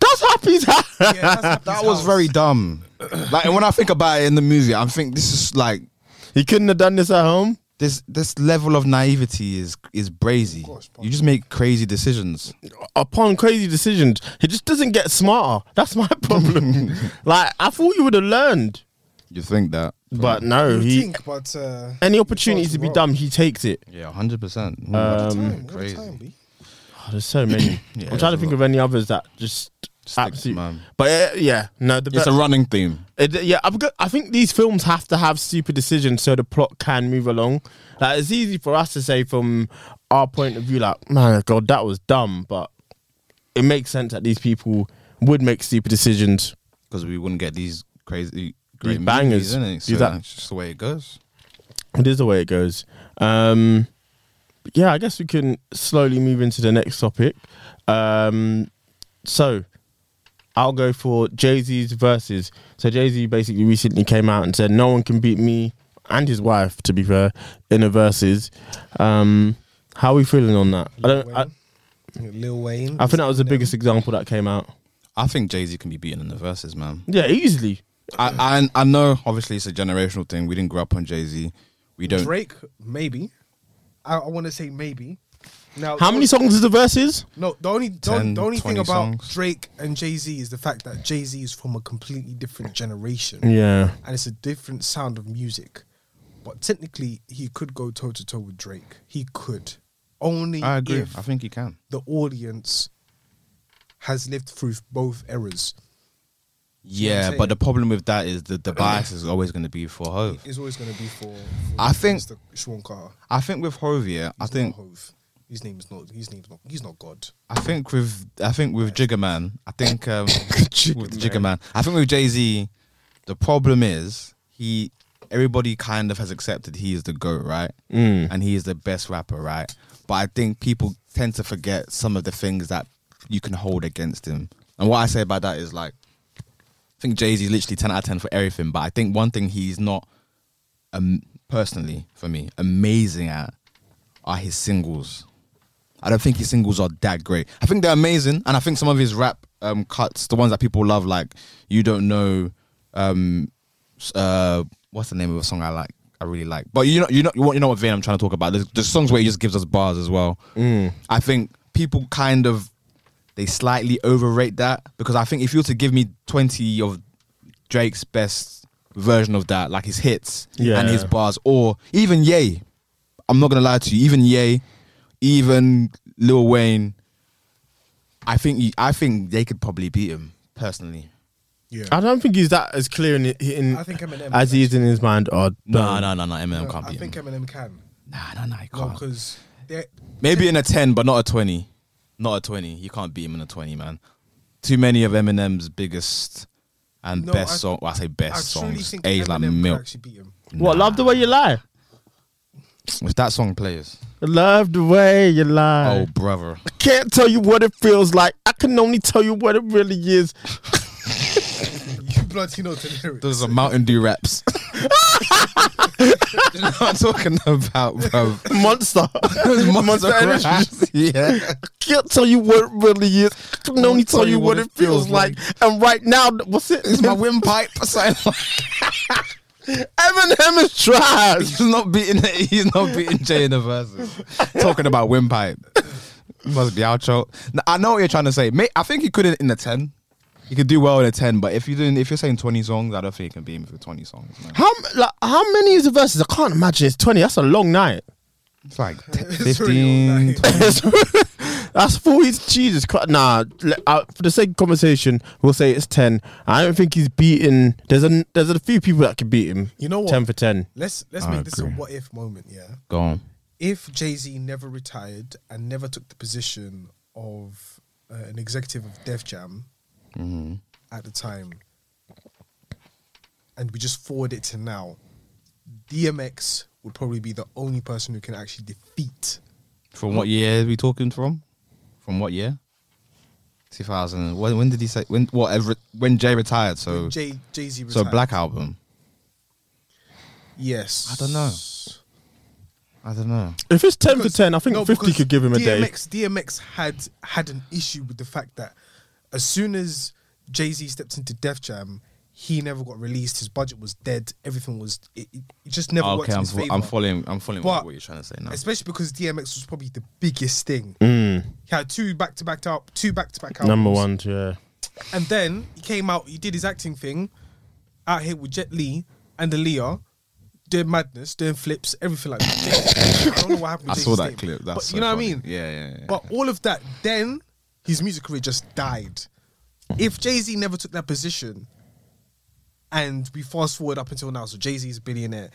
B: that's happy's hat.
C: Yeah, that's
A: That was very dumb. Like and when I think about it in the movie, I'm think this is like
B: he couldn't have done this at home.
A: this this level of naivety is is brazy.
C: course, bro.
A: you just make crazy decisions.
B: Upon crazy decisions, he just doesn't get smarter. That's my problem. like I thought you would have learned,
A: You think that?
B: but no.
C: Mm. You
B: He
C: think, but uh,
B: any opportunity to be
C: Well.
B: dumb, he takes it.
A: Yeah, hundred
B: um,
A: percent.
C: time, what a
A: crazy.
C: time, B.
B: Oh, there's so many.
A: Yeah,
B: I'm trying to
A: there's a
B: think of any others that just.
A: Sticks,
B: Absolutely,
A: man.
B: but uh, yeah, no. The
A: It's
B: be-
A: a running theme.
B: It, yeah, I've got, I think these films have to have stupid decisions so the plot can move along. Like it's easy for us to say from our point of view, like, man, God, that was dumb, but it makes sense that these people would make stupid decisions.
A: Because we wouldn't get these crazy great
B: These
A: movies,
B: bangers.
A: innit? So
B: These are-
A: that's just the way it goes.
B: It is the way it goes. Um, yeah, I guess we can slowly move into the next topic. Um, so I'll go for Jay Z's verses. So Jay Z basically recently came out and said, "No one can beat me and his wife." To be fair, in a verses, um, how are we feeling on that? I don't. I,
C: Lil Wayne.
B: I think that was the biggest example that came out.
A: I think Jay Z can be beaten in the verses, man.
B: Yeah, easily.
A: I, I I know obviously it's a generational thing. We didn't grow up on Jay Z. We don't.
C: Drake, maybe. I, I want to say maybe. Now,
B: How many songs is the verses?
C: No, the only the,
A: 10,
C: the only thing
A: 20
C: about
A: songs?
C: Drake and Jay Z is the fact that Jay Z is from a completely different generation,
B: Yeah,
C: and it's a different sound of music. But technically, he could go toe to toe with Drake. He could only
A: I agree.
C: if
A: I think he can.
C: the audience has lived through both eras. what I'm
A: Yeah,
C: saying?
A: but the problem with that is that the bias is always going to be for Hove.
C: It's always going to be for, for
A: I think-
C: Mr. Sean Carter.
A: I think with Hove, yeah, I
C: It's not
A: think
C: Hov. his name's not. His name's not. He's not God.
A: I think with I think with Jigga Man, I think um, with Jigga Man, I think with Jay Z, the problem is he everybody kind of has accepted he is the goat, right? Mm. And he is the best rapper, right? But I think people tend to forget some of the things that you can hold against him. And what I say by that is like, I think Jay Z literally ten out of ten for everything. But I think one thing he's not, um, personally for me, amazing at are his singles. I don't think his singles are that great. I think they're amazing, and I think some of his rap um, cuts, the ones that people love, like "You Don't Know," um, s- uh, what's the name of a song I like? I really like, but you know, you know, you want- you know what vein I'm trying to talk about. There's, there's songs where he just gives us bars as well. I think people kind of they slightly overrate that because I think if you were to give me 20 of Drake's best version of that, like his hits
B: Yeah.
A: and his bars, or even Ye, I'm not gonna lie to you, even Ye, even Lil Wayne, I think you, I think they could probably beat him personally.
C: Yeah.
B: I don't think he's that as clear in, in
C: I think Eminem
B: as he is in his mind. Oh,
A: No, no, no, no, Eminem can't
C: I
A: beat
C: think
A: him.
C: Eminem can.
A: Nah, nah, nah, he
C: No,
A: can't.
C: because they're
A: Maybe in a 10, but not a 20. Not a 20. You can't beat him in a 20, man. Too many of Eminem's biggest and
C: No, I-
A: best song. Well, I say
C: I
A: best
C: truly
A: songs.
C: think
A: Age
C: Eminem
A: like
C: could
A: milk.
C: actually beat him.
B: What, love the way you lie?
A: If that song plays,
B: Love the way you lie.
A: oh, brother.
B: can't tell you what it feels like. I can only tell you what it really is.
C: You bloody know the lyrics.
A: Those are Mountain Dew raps. you know what I'm talking about, bro.
B: Monster.
A: Those
B: Monster Energy.
A: raps. Yeah.
B: can't tell you what it really is. I can only tell you what it feels like. And right now, what's it?
A: It's my windpipe. So like,
B: Eminem is trash.
A: he's not beating he's not beating Jay in the verses. Talking about windpipe. Must be outro. Now, I know what you're trying to say. May, I think he could in, in the ten. He could do well in a ten, but if you didn't, if you're saying twenty songs, I don't think he can beat him for twenty songs. Man.
B: How m- like, how many is the verses? I can't imagine. It's twenty. That's a long night.
A: It's like 10,
C: It's really all
A: 15,
C: night.
B: That's forty. Jesus Christ. Nah. le- uh, for the sake of conversation, we'll say it's ten. I don't think he's beaten. There's a there's a few people that could beat him.
C: You know what?
B: Ten for ten.
C: Let's let's
A: I
C: make this a
A: agree.
C: what if moment, yeah.
A: Go on.
C: If Jay Z never retired and never took the position of uh, an executive of Def Jam at the time, and we just forward it to now, DMX would probably be the only person who can actually defeat.
A: From what year are we talking from? From what year? 2000. When, when did he say? When what? ever- When Jay retired? So
C: Jay Jay Z
A: so
C: retired.
A: Black Album.
C: Yes.
A: I don't know. I don't know.
B: If it's ten for ten, I think
C: No,
B: fifty
C: because
B: could give him a day.
C: DMX, DMX had had an issue with the fact that as soon as Jay Z stepped into Def Jam, he never got released. His budget was dead. Everything was it, it it just never worked
A: Oh, okay,
C: in
A: I'm,
C: his
A: fo-
C: favor.
A: I'm following. I'm following what-
C: But-
A: what you're trying to say now.
C: Especially because DMX was probably the biggest thing. He had two back to back up, two back to back albums.
B: Mm. Number one. Yeah.
C: And then he came out, he did his acting thing out here with Jet Li and Aaliyah, doing madness, doing flips, everything like that. I don't know what happened.
A: I
C: with
A: saw
C: Jay-Z's
A: that
C: name,
A: clip. That's
C: but
A: so
C: you know
A: funny.
C: what I mean?
A: Yeah, yeah. yeah.
C: But all of that, then his music career just died. If Jay Z never took that position, and we fast forward up until now, so Jay Z's a billionaire,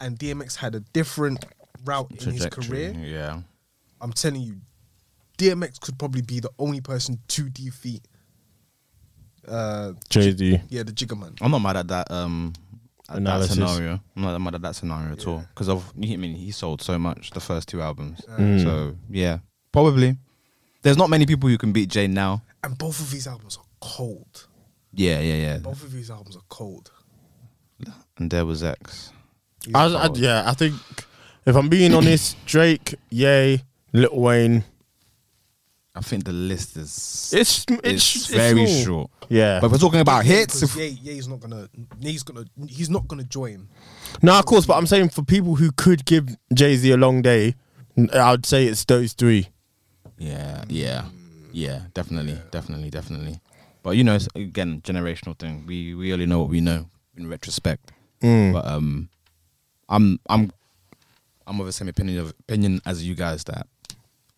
C: and DMX had a different route in his
A: Trajectory,
C: career,
A: Yeah.
C: I'm telling you, DMX could probably be the only person to defeat. Uh,
B: Jay Z.
C: yeah, the Jigga Man.
A: I'm not mad at that. Um. At that
B: Analysis.
A: scenario. I'm not mad at that scenario at all. Because of, I mean, he sold so much the first two albums.
C: Mm.
A: So yeah, probably. There's not many people who can beat Jay now.
C: And both of these albums are cold.
A: Yeah, yeah, yeah.
C: Both of these albums are cold.
A: And there was X.
C: These
B: I,
C: are
B: I,
C: cold.
B: yeah, I think if I'm being honest, Drake, Yay, Lil Wayne,
A: I think the list is
B: it's it's,
A: is
B: it's
A: very
B: small.
A: short.
B: Yeah,
A: But if we're talking about hits,
C: Because
A: if,
C: yeah, yeah, he's not gonna, he's gonna, he's not gonna join.
B: no, of course. But I'm saying for people who could give Jay Z a long day, n- I'd say it's those three.
A: yeah, yeah, yeah, definitely, definitely, definitely. But you know, it's, again, generational thing. We we only know what we know in retrospect. But um, I'm I'm I'm of the same opinion of opinion as you guys that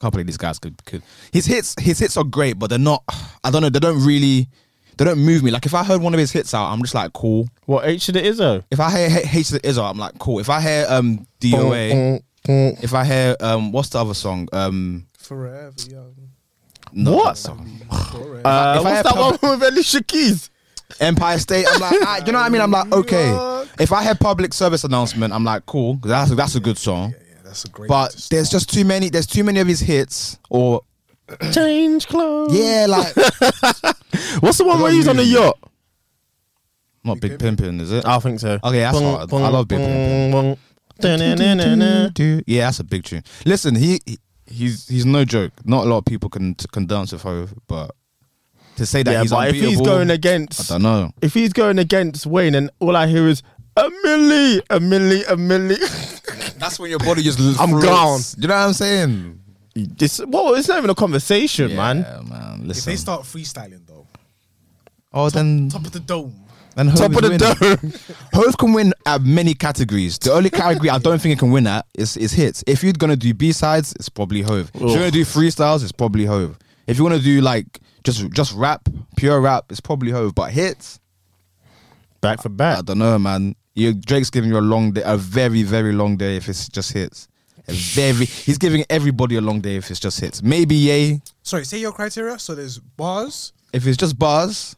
A: can't believe these guys could could his hits his hits are great, but they're not. I don't know. They don't really. They don't move me. Like if I heard one of his hits out, I'm just like cool.
B: What age should it is though?
A: If I hear H- H the Izzo, I'm like cool. If I hear um DOA,
B: Mm-hmm.
A: if I hear um what's the other song? Um
C: Forever young.
A: not
B: What?
A: that song.
C: Forever.
B: Uh,
A: if I
B: what's
A: had
B: that
A: Pub-
B: one with Alicia Keys?
A: Empire State. I'm like, ah, do you know what I mean? I'm like, okay. If I hear public service announcement, I'm like, cool. 'cause That's that's a good song.
C: yeah, that's a great.
A: But there's just too many. There's too many of his hits. Or
B: Change clothes.
A: yeah, like
B: What's the one where he's on the yacht?
A: not Big Pimpin', is it?
B: I think so.
A: Okay, that's hard. I love Big Pimpin'.
B: Pimpin.
A: Uh, Yeah, that's a big tune. Listen, he, he- he's he's no joke. Not a lot of people can can dance with Hove, but to say that
B: Yeah,
A: he's
B: but if
A: unbeatable,
B: he's going
A: I
B: against
A: don't know.
B: if he's going against Wayne and all I hear is a milli, a milli, a milli.
A: That's when your body just
B: I'm
A: floats.
B: gone.
A: You know what I'm saying?
B: It's, whoa, it's not even a conversation, man.
A: Yeah, man.
C: if
A: Listen.
C: they start freestyling though,
A: oh, then
C: top of the dome.
A: then Hove
B: Top
A: is
B: of the
A: winning.
B: dome.
A: Hove can win at many categories. The only category I don't think it can win at is, is hits. If you're gonna do B sides, it's probably Hove. If you're gonna do freestyles, it's probably Hove. If you wanna do like just just rap, pure rap, it's probably Hove. But hits,
B: Back for
A: I
B: back.
A: don't know, man. You Drake's giving you a long day, a very very long day if it's just hits. A very, he's giving everybody a long day if it's just hits. Maybe yay
C: Sorry, say your criteria. So there's bars.
A: if it's just bars.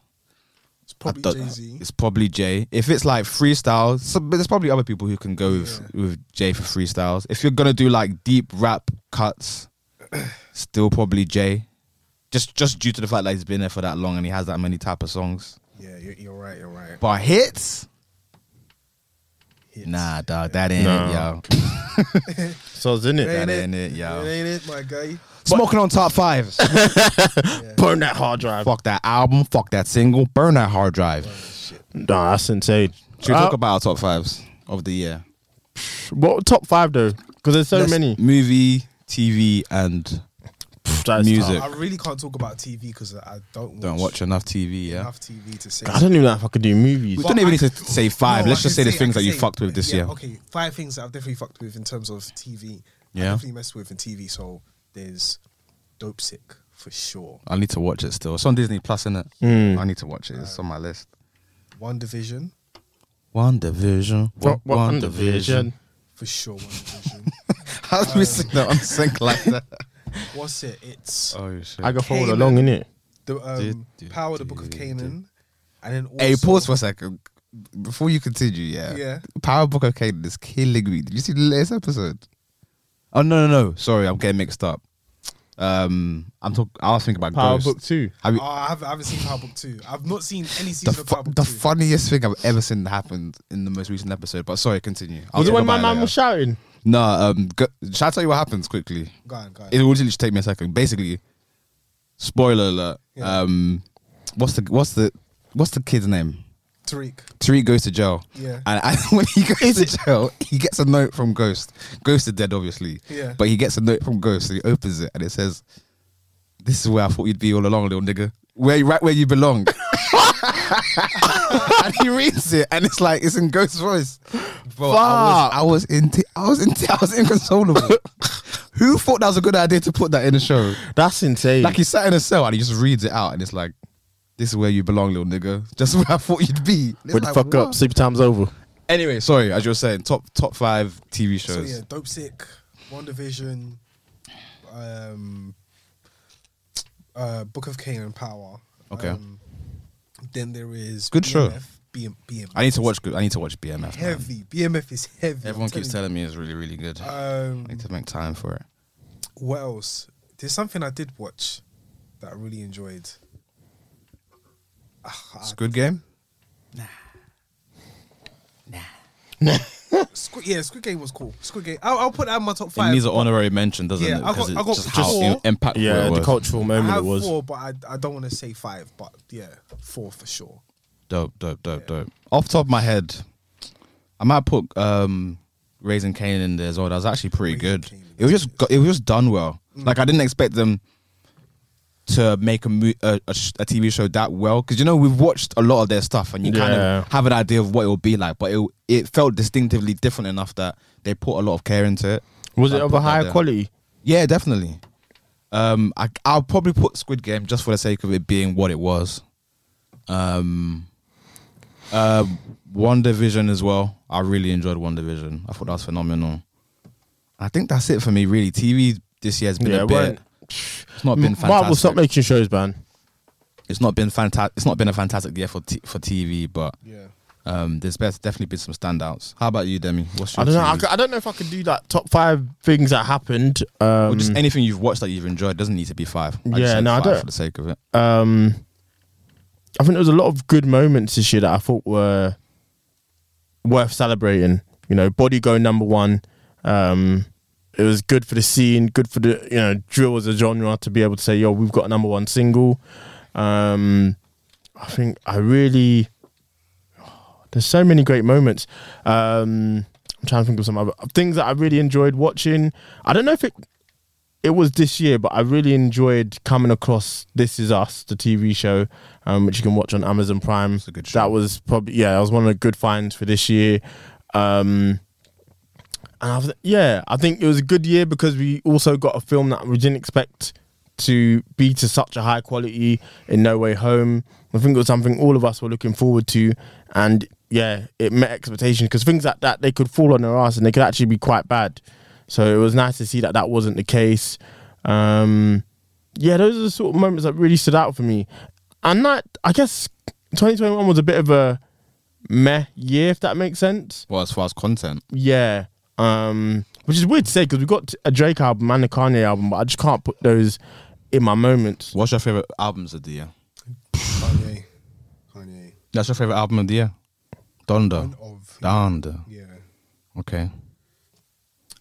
C: It's
A: I
C: probably
A: don't
C: Jay
A: know.
C: Z.
A: It's probably Jay. If it's like freestyle, so, but there's probably other people who can go with, with Jay for freestyles. If you're gonna do like deep rap cuts, Still probably Jay. Just just due to the fact that he's been there for that long and he has that many type of songs.
C: Yeah, you're, you're right. You're right.
A: But hits?
C: Hits.
A: Nah, dog, that ain't
B: No.
A: it, yo.
B: So it's in it.
A: That
C: Ain't it?
A: ain't it, yo.
C: It ain't it, my guy.
A: Smoking on top fives.
B: Burn that hard drive.
A: fuck that album, fuck that single, burn that hard drive.
B: Nah, that's insane.
A: Should we
B: Uh,
A: talk about our top fives of the year?
B: what top five though? Because there's so
A: Let's-
B: many.
A: Movie, TV, and
B: Pff, that is
A: music.
B: tough.
C: I really can't talk about TV because I don't watch
A: don't watch enough TV, yeah?
C: enough TV to say.
B: I don't even know if I could do movies.
A: We don't even need to say five.
C: No,
A: Let's
C: I
A: just say
C: can
A: the
C: I
A: things
C: can
A: that you
C: say-
A: fucked with this
C: yeah,
A: year.
C: Okay, five things that I've definitely fucked with in terms of TV. I
A: Yeah.
C: definitely messed with in TV. So there's Dope Sick for sure.
A: I need to watch it still. It's on Disney Plus, isn't it?
B: Mm.
A: I need to watch it. It's on my list.
C: One Division
A: One Division.
B: What- what on the vision?
C: for sure. One Division.
A: How do we sing that on sync like that?
C: What's it? It's
A: oh shit.
B: I go forward
C: Cayman.
B: along in it.
C: the um,
A: Did- did-
C: Power, the Book of
A: did-
C: Canaan, and then also,
A: hey, pause for a second. Before you continue, yeah.
C: Yeah.
A: Power Book of Caden is killing me. Did you see the latest episode? Oh no no no. Sorry, I'm getting mixed up. Um I'm talk I was thinking about
B: Power
A: Ghost.
B: Book Two.
A: Have you-
C: Oh, I, haven't, I haven't seen Power Book Two. I've not seen any
A: the,
C: season of
A: fu-
C: Power Book
A: the
C: Two.
A: funniest thing I've ever seen happen in the most recent episode, but sorry, continue. I'll
B: Was it
A: talk
B: when my
A: about
B: man
A: later.
B: was shouting?
A: No, um, go, shall I tell you what happens quickly?
C: Go on, go on.
A: It will literally just take me a second. Basically, spoiler alert.
C: Yeah.
A: Um, what's the what's the what's the kid's name?
C: Tariq.
A: Tariq goes to jail.
C: Yeah.
A: And, and when he goes to jail, he gets a note from Ghost. Ghost is dead, obviously.
C: Yeah.
A: But he gets a note from Ghost and he opens it and it says, This is where I thought you'd be all along, little nigga. Where right where you belong. and he reads it and it's like it's in Ghost's voice. Bro, I was I was in t- I was in t- I was inconsolable. Who thought that was a good idea to put that in the show?
B: That's insane.
A: Like he sat in a cell and he just reads it out and it's like, This is where you belong, little nigga. Just where I thought you'd be. It's
B: Wake the
A: like,
B: fuck
A: what?
B: up. Sleep time's over.
A: Anyway, sorry, as you were saying, top top five TV
C: So
A: shows.
C: yeah, Dope Sick, One Division, um, uh, Book of Canaan, Power.
A: Okay.
C: Um, then there is
A: Good show.
C: BM, BMF.
A: I need to watch. good- I need to watch BMF. man.
C: heavy. BMF is heavy. I'm
A: Everyone keeps
C: telling
A: telling me it's really really good. I
C: you. Um,
A: need to make time for it.
C: what else? There's something I did watch that I really enjoyed. Ah, I-
A: Squid Game.
C: Squid, yeah, Squid Game was cool. Squid Game. I'll, I'll put that in my top
A: It
C: five.
A: needs an honorary mention, doesn't
C: Yeah,
A: it?
C: I got-
A: Because it's
C: I got
A: just
C: four.
A: how im- impactful
B: Yeah,
A: it was.
B: the cultural
C: I
B: moment it
C: have
B: was.
C: four, but I, I don't want to say five. But yeah, four for sure.
A: Dope, dope, dope, dope. Off the top of my head, I might put um, Raising Kane in there as well. That was actually pretty
C: Raising
A: good.
C: Cain Mm.
A: It was just go- it was just done well. Like I didn't expect them to make a mo- a, a, sh- a TV show that well because you know we've watched a lot of their stuff and you kind
B: Yeah.
A: of have an idea of what it will be like, but it it felt distinctively different enough that they put a lot of care into it.
B: Was
A: So
B: it
A: I
B: of
A: put
B: a
A: that
B: higher
A: there.
B: quality?
A: Yeah, definitely. Um, I I'll probably put Squid Game just for the sake of it being what it was. Um, uh, One Division as well. I really enjoyed One Division. I thought that was phenomenal. I think that's it for me. Really, TV this year has been
B: Yeah,
A: a
B: it
A: bit.
B: weren't-
A: It's not been fantastic.
B: Marvel, stop making shows, man.
A: it's not been fantastic. It's not been a fantastic year for t- for TV, but
C: Yeah.
A: um, there's best- definitely been some standouts. How about you, Demi? What's your
B: I don't know.
A: TV?
B: I, c- I don't know if I could do that top five things that happened.
A: or
B: Um,
A: just anything you've watched that you've enjoyed doesn't need to be five. I just
B: Yeah,
A: said
B: no, I
A: five
B: don't-
A: for the sake of it.
B: um, I think there was a lot of good moments this year that I thought were worth celebrating. You know, body go number one. Um, it was good for the scene, good for the you know drill as a genre to be able to say, "Yo, we've got a number one single." Um, I think I really there's so many great moments. Um, I'm trying to think of some other things that I really enjoyed watching. I don't know if it it was this year, but I really enjoyed coming across This Is Us, the TV show, um, which you can watch on Amazon Prime.
A: a good show.
B: That was probably yeah, that was one of the good finds for this year. Um, and I've, yeah, I think it was a good year because we also got a film that we didn't expect to be to such a high quality in No Way Home. I think it was something all of us were looking forward to, and yeah, it met expectations because things like that they could fall on their ass and they could actually be quite bad. So it was nice to see that that wasn't the case. Um, yeah, those are the sort of moments that really stood out for me. And that I guess 2021 was a bit of a meh year, if that makes sense
A: er Well, as far as content.
B: yeah um which is weird to say because we've got a Drake album and a Kanye album, but I just can't put those in my moments.
A: What's your favorite albums of the year?
C: Kanye, Kanye,
A: That's your favorite album of the year. er Donda.
C: One of-
A: Donda.
C: yeah.
A: Okay.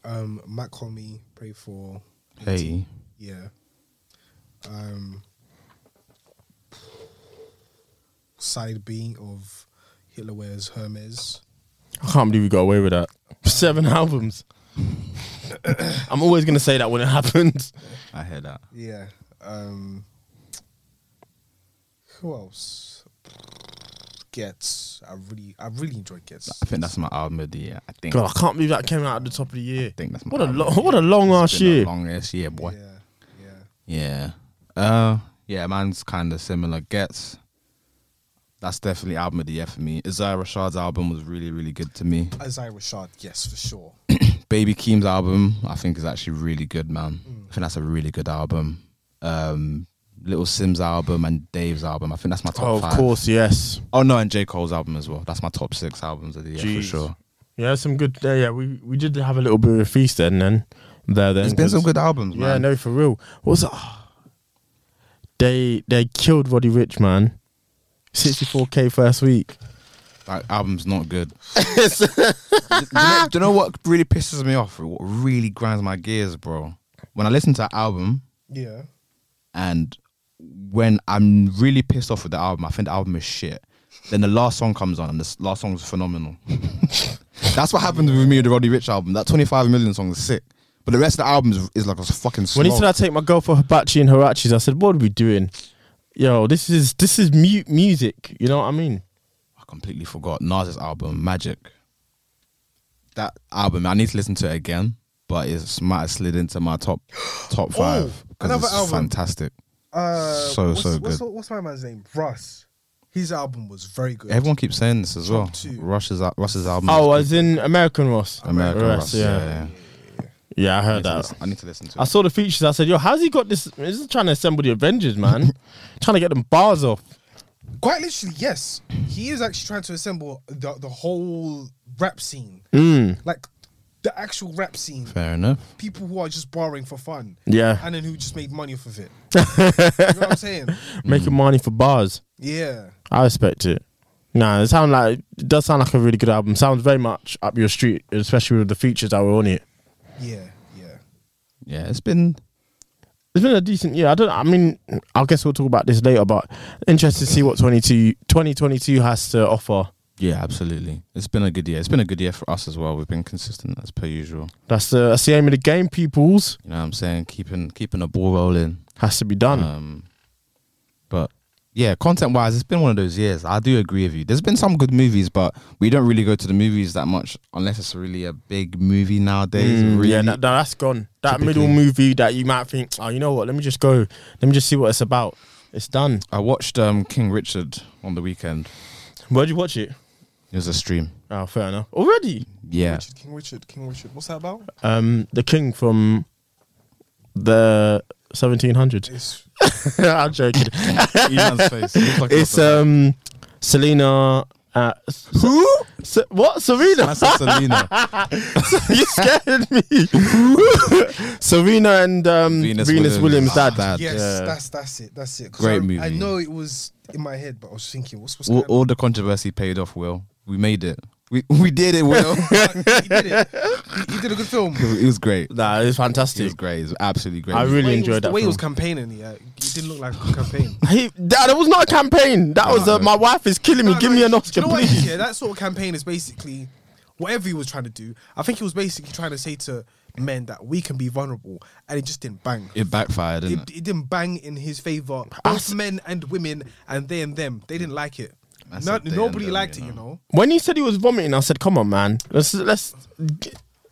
C: Um, Matt Comey, pray for,
A: Hey.
C: yeah. Um, side B of Hitler wears Hermes.
B: I can't believe we got away with that. Seven albums. I'm always gonna say that when it happens.
A: I hear that.
C: Yeah. Um, who else? Gets. I really, I really enjoy Gets.
A: I think that's my album of the year. I think.
B: God, I can't believe that came out at the top of the year.
A: think that's my
B: What a
A: album
B: lo-
A: of the
B: what
A: year.
B: a long
A: It's
B: ass
A: been a
B: year.
A: Long ass year, boy.
C: Yeah.
A: Yeah.
C: Yeah.
A: Uh yeah, mine's kinda similar. Gets that's definitely album of the year for me. Isaiah Rashad's album was really, really good to me.
C: Isaiah Rashad, yes, for sure.
A: Baby Keem's album, I think, is actually really good, man.
B: Mm.
A: I think that's a really good album. Um Little Sims album and Dave's album. I think that's my top
B: Oh, of
A: five.
B: course, yes.
A: Oh no, and J. Cole's album as well. That's my top six albums of the year for
B: Jeez.
A: sure.
B: Yeah, some good. Yeah, yeah, we we did have a little bit of a feast then. Then there, then
A: There's been
B: 'cause-
A: some good albums,
B: Yeah,
A: man.
B: no, for real. What was that? They they killed Roddy Rich, man. 64k first week.
A: That album's not good. do, you know, do you know what really pisses me off? What really grinds my gears, bro? When I listen to an album
C: Yeah.
A: and when I'm really pissed off with the album, I think the album is shit. Then the last song comes on and this last song's phenomenal. That's what happened with me with the Roddy Rich album. That 25 million song is sick. But the rest of the album is, is like a fucking slog.
B: When he said I take my girl for hibachi and hirachis, I said, "What are we doing? Yo, this is this is mute music. You know what I mean?
A: I completely forgot Nas's album Magic. That album, I need to listen to it again, but it's might have slid into my top top
B: Oh,
A: five because
C: another
A: it's
C: album.
A: fantastic.
C: Uh,
A: So,
C: what's,
A: so
C: What's,
A: good.
C: what's my man's name? Russ. His album was very good.
A: Everyone keeps saying this as well.
C: two.
A: Rush's al- Russ's album.
B: Oh,
A: is
B: as in American Ross.
A: good. American Russ.
B: Ross,
A: Yeah, yeah.
B: Yeah, I
A: I,
B: heard
A: need to
B: that.
A: listen, I need to listen to
B: I
A: it.
B: saw the features. I said, "Yo, how's he got this? This is trying to assemble the Avengers, man. trying to get them bars off."
C: Quite literally, yes. He is actually trying to assemble the, the whole rap scene. Like, the actual rap scene.
A: Fair enough.
C: People who are just borrowing for fun.
B: Yeah.
C: And then who just made money off of it. you know what I'm saying?
A: Mm.
B: Making money for bars.
C: Yeah.
B: I respect it. Nah, it sound like it does sound like a really good album. Sounds very much up your street, especially with the features that were on it.
C: Yeah. Yeah.
A: Yeah, it's been
B: It's been a decent year. I don't. I mean, I guess we'll talk about this later. But interested to see what 22, 2022 has to offer.
A: yeah, absolutely. It's been a good year. It's been a good year for us as well. We've been consistent as per usual.
B: That's the that's the aim of the game. Peoples
A: You know what I'm saying? Keeping keeping the ball rolling.
B: has to be done.
A: Um, but yeah, content wise, it's been one of those years. I do agree with you. There's been some good movies, but we don't really go to the movies that much unless it's really a big movie nowadays.
B: Mm,
A: really.
B: yeah, that, that's gone. That
A: Typically.
B: middle movie that you might think, oh, you know what? Let me just go. Let me just see what it's about. It's done.
A: I watched um, King Richard on the weekend.
B: Where'd you watch it?
A: It was a stream.
B: Oh, fair enough. Already.
A: Yeah.
C: Richard, King Richard, King Richard. What's that about?
B: um, the king from the 1700s.
C: It's
B: I'm joking.
A: Elon's face. It looks like
B: It's
A: a-
B: um, Selena. Uh, Who?
A: um,
B: what? Serena?
A: That's a Selena.
B: you scared me. Serena and um,
A: Venus
B: Venus, Williams'
A: Williams'
B: dad.
A: dad.
C: yes,
B: Uh, Yeah.
C: that's that's it. That's it. 'Cause
A: Great
C: I, I
A: movie.
C: know it was in my head, but I was thinking, what's what's
A: all,
C: going on?
A: all the controversy paid off, Will. We made it. We, we did it, Will.
C: He did it. He, he did a good film.
A: it was great.
B: Nah, it's
A: It was
B: fantastic.
A: great. It was absolutely great.
B: I
A: It was
B: really
C: Way he was-
B: enjoyed
C: The
B: that
C: way he was
B: film.
C: campaigning, yeah, it didn't look like a campaign.
B: He, that, that was not a campaign. That was uh,
A: No.
B: my wife is killing me.
C: No,
B: Give
C: no,
B: me an
C: you
B: Oscar,
C: know what it is,
B: please.
C: yeah, that sort of campaign is basically whatever he was trying to do. I think he was basically trying to say to men that we can be vulnerable, and it just didn't bang.
A: it backfired,
C: It,
A: didn't it?
C: it didn't bang in his favor. Both men and women, and they and them, they didn't like it.
A: That's
C: No,
A: a they and
C: nobody
A: them,
C: liked
A: you
C: it, you know.
B: When he said he was vomiting, I said, "Come on, man. Let's let's.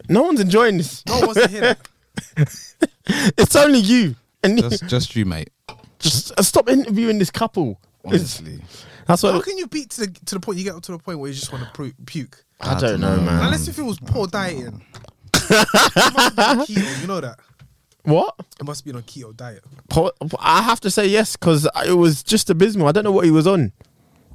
B: No one's enjoying this.
C: No one wants to hear that.
B: It's only you." And you-
A: Just, just you, mate.
B: Just uh, stop interviewing this couple. It's-
A: Honestly.
B: that's
C: How
B: what
C: can you beat to the to the point you get to the point where you just want to pu- puke?
B: I don't know, man.
C: Unless if it was poor dieting. it must have been keto, you know that.
B: What?
C: It must be on a keto diet.
B: Po- I have to say yes because it was just abysmal. I don't know what he was on.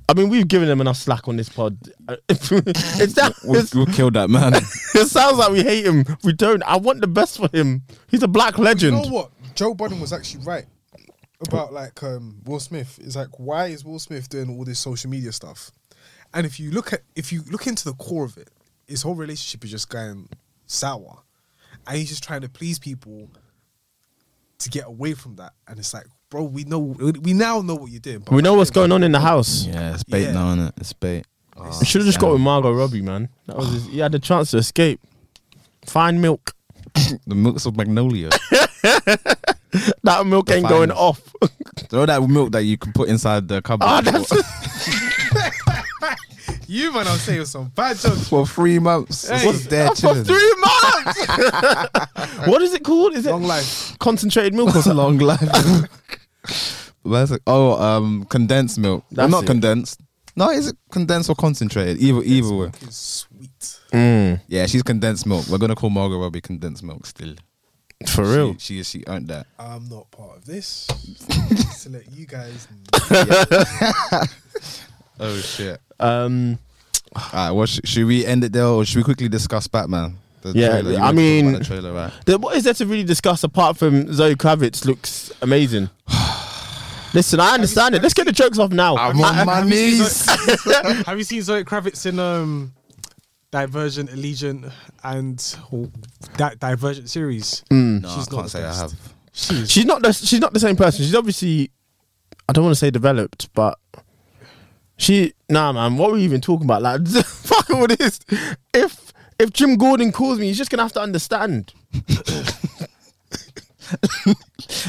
B: I mean, we've given them enough slack on this pod. it,
A: We'll,
B: sounds,
A: we'll kill that man.
B: it sounds like we hate him. We don't. I want the best for him. He's a black
C: You
B: legend.
C: know what? Joe Budden was actually right about like um, Will Smith. It's like why is Will Smith doing all this social media stuff? And if you look at if you look into the core of it, his whole relationship is just going sour, and he's just trying to please people to get away from that. And it's like, bro, we know we now know what you're doing. But
B: We know what's going on in the house.
A: yeah, it's bait
C: Yeah.
A: now, is it? It's bait. Ah,
B: You should have just got with Margot Robbie, man. That was his, he had a chance to escape. Fine milk.
A: The milks of magnolia.
B: That milk ain't
A: finest.
B: going off.
A: Throw that milk that you can put inside the cupboard
B: Ah, that's-
C: You man, I'm saying some bad jokes.
A: for three months.
C: Hey,
A: What's there
B: for
A: chilling?
B: three months. what is it called? Is it
C: Long life.
B: concentrated milk or
A: It's a
B: something?
A: long life. Where's it? Oh, um, condensed milk. Well,
B: That's
A: not
B: it.
A: condensed. No, is it condensed or concentrated? Either, either way.
C: It's sweet.
B: Mm,
A: Yeah, she's condensed milk. We're gonna call Margot Robbie condensed milk still.
B: For real.
A: She she, she earned that.
C: I'm not part of this. to let you guys.
A: Oh shit.
B: Um,
A: All right. Well, sh- should we end it there, or should we quickly discuss Batman? The
B: Yeah,
A: You wanna
B: I
A: talk
B: mean-
A: about the trailer, right?
B: there- what is there to really discuss apart from Zoe Kravitz looks amazing? Listen, I understand it. Let's get the jokes off now.
A: I'm on my knees.
C: Have you seen Zoe Kravitz in um, Divergent, Allegiant, and oh, that Divergent series?
A: No,
C: She's
A: I
C: not the
A: can't say I
C: best.
A: have.
C: She's
B: She's not the, she's not the same person. She's obviously I don't want to say developed, but she nah man, what were we even talking about? Like fuck all this. If if Jim Gordon calls me, he's just gonna have to understand.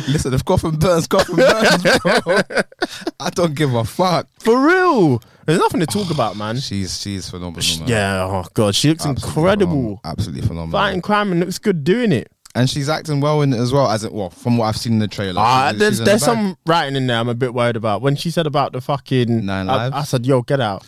A: Listen, if Gotham burns, Gotham burns. Bro. I don't give a fuck.
B: For real. There's nothing to talk about, man.
A: She's she's phenomenal. man.
B: Yeah, oh god, she looks
A: Absolutely Um,
B: incredible.
A: phenomenal. Absolutely phenomenal.
B: Fighting crime and looks good doing it.
A: and she's acting well in it as well as it well from what I've seen in the trailer.
B: Ah,
A: She's-
B: there's
A: she's in
B: there's
A: the bag.
B: some writing in there I'm a bit worried about. When she said about the fucking
A: Nine
B: I-
A: lives.
B: I, said, yo, get out.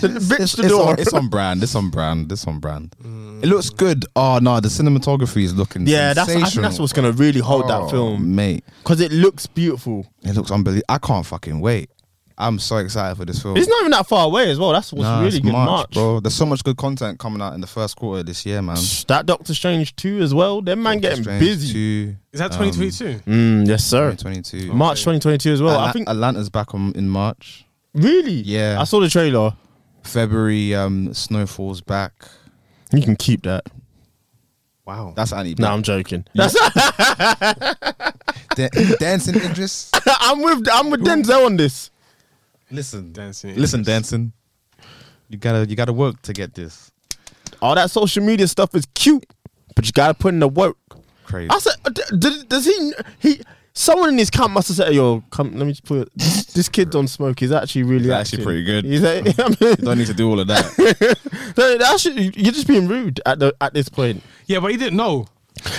B: The bitch
A: It's,
B: the
A: it's
B: door.
A: on, it's on brand. It's on brand. It's on brand. It looks good. Oh no, the cinematography is looking.
B: yeah, that's I think that's
A: sensational.
B: what's gonna really hold
A: Oh,
B: that film.
A: mate.
B: Because it looks beautiful.
A: It looks unbelievable. I can't fucking wait. I'm so excited for this film.
B: It's not even that far away as well. That's what's
A: Nah,
B: really
A: it's
B: good. March.
A: bro. There's so much good content coming out in the first quarter this year, man.
B: That Doctor Strange 2 as well. Them man getting
A: Strange
B: busy.
A: Two,
C: is that 2022?
A: Um,
B: Mm, yes, sir.
A: 2022.
B: March 2022 as well.
A: Atla-
B: I think.
A: Atlanta's back on, in March.
B: really?
A: Yeah.
B: I saw the trailer.
A: February, um, Snowfall's back.
B: You can keep that.
C: wow.
A: That's Annie.
B: No, I'm joking. That's,
A: Da- dancing Idris.
B: I'm with I'm with Denzel on this.
A: Listen,
C: Dancing
A: Listen,
C: Idris.
A: dancing. You gotta, you gotta work to get this.
B: All that social media stuff is cute, but you gotta put in the work.
A: Crazy.
B: I said, uh, d- d- does he? He? Someone in his camp must have said, "Yo, come, let me just put this, this kid on smoke. He's actually really
A: He's actually
B: acting."
A: pretty good.
B: He's like, I mean,
A: You don't need to do all of that.
B: No, that's you're just being rude at the at this point.
C: Yeah, but he didn't know.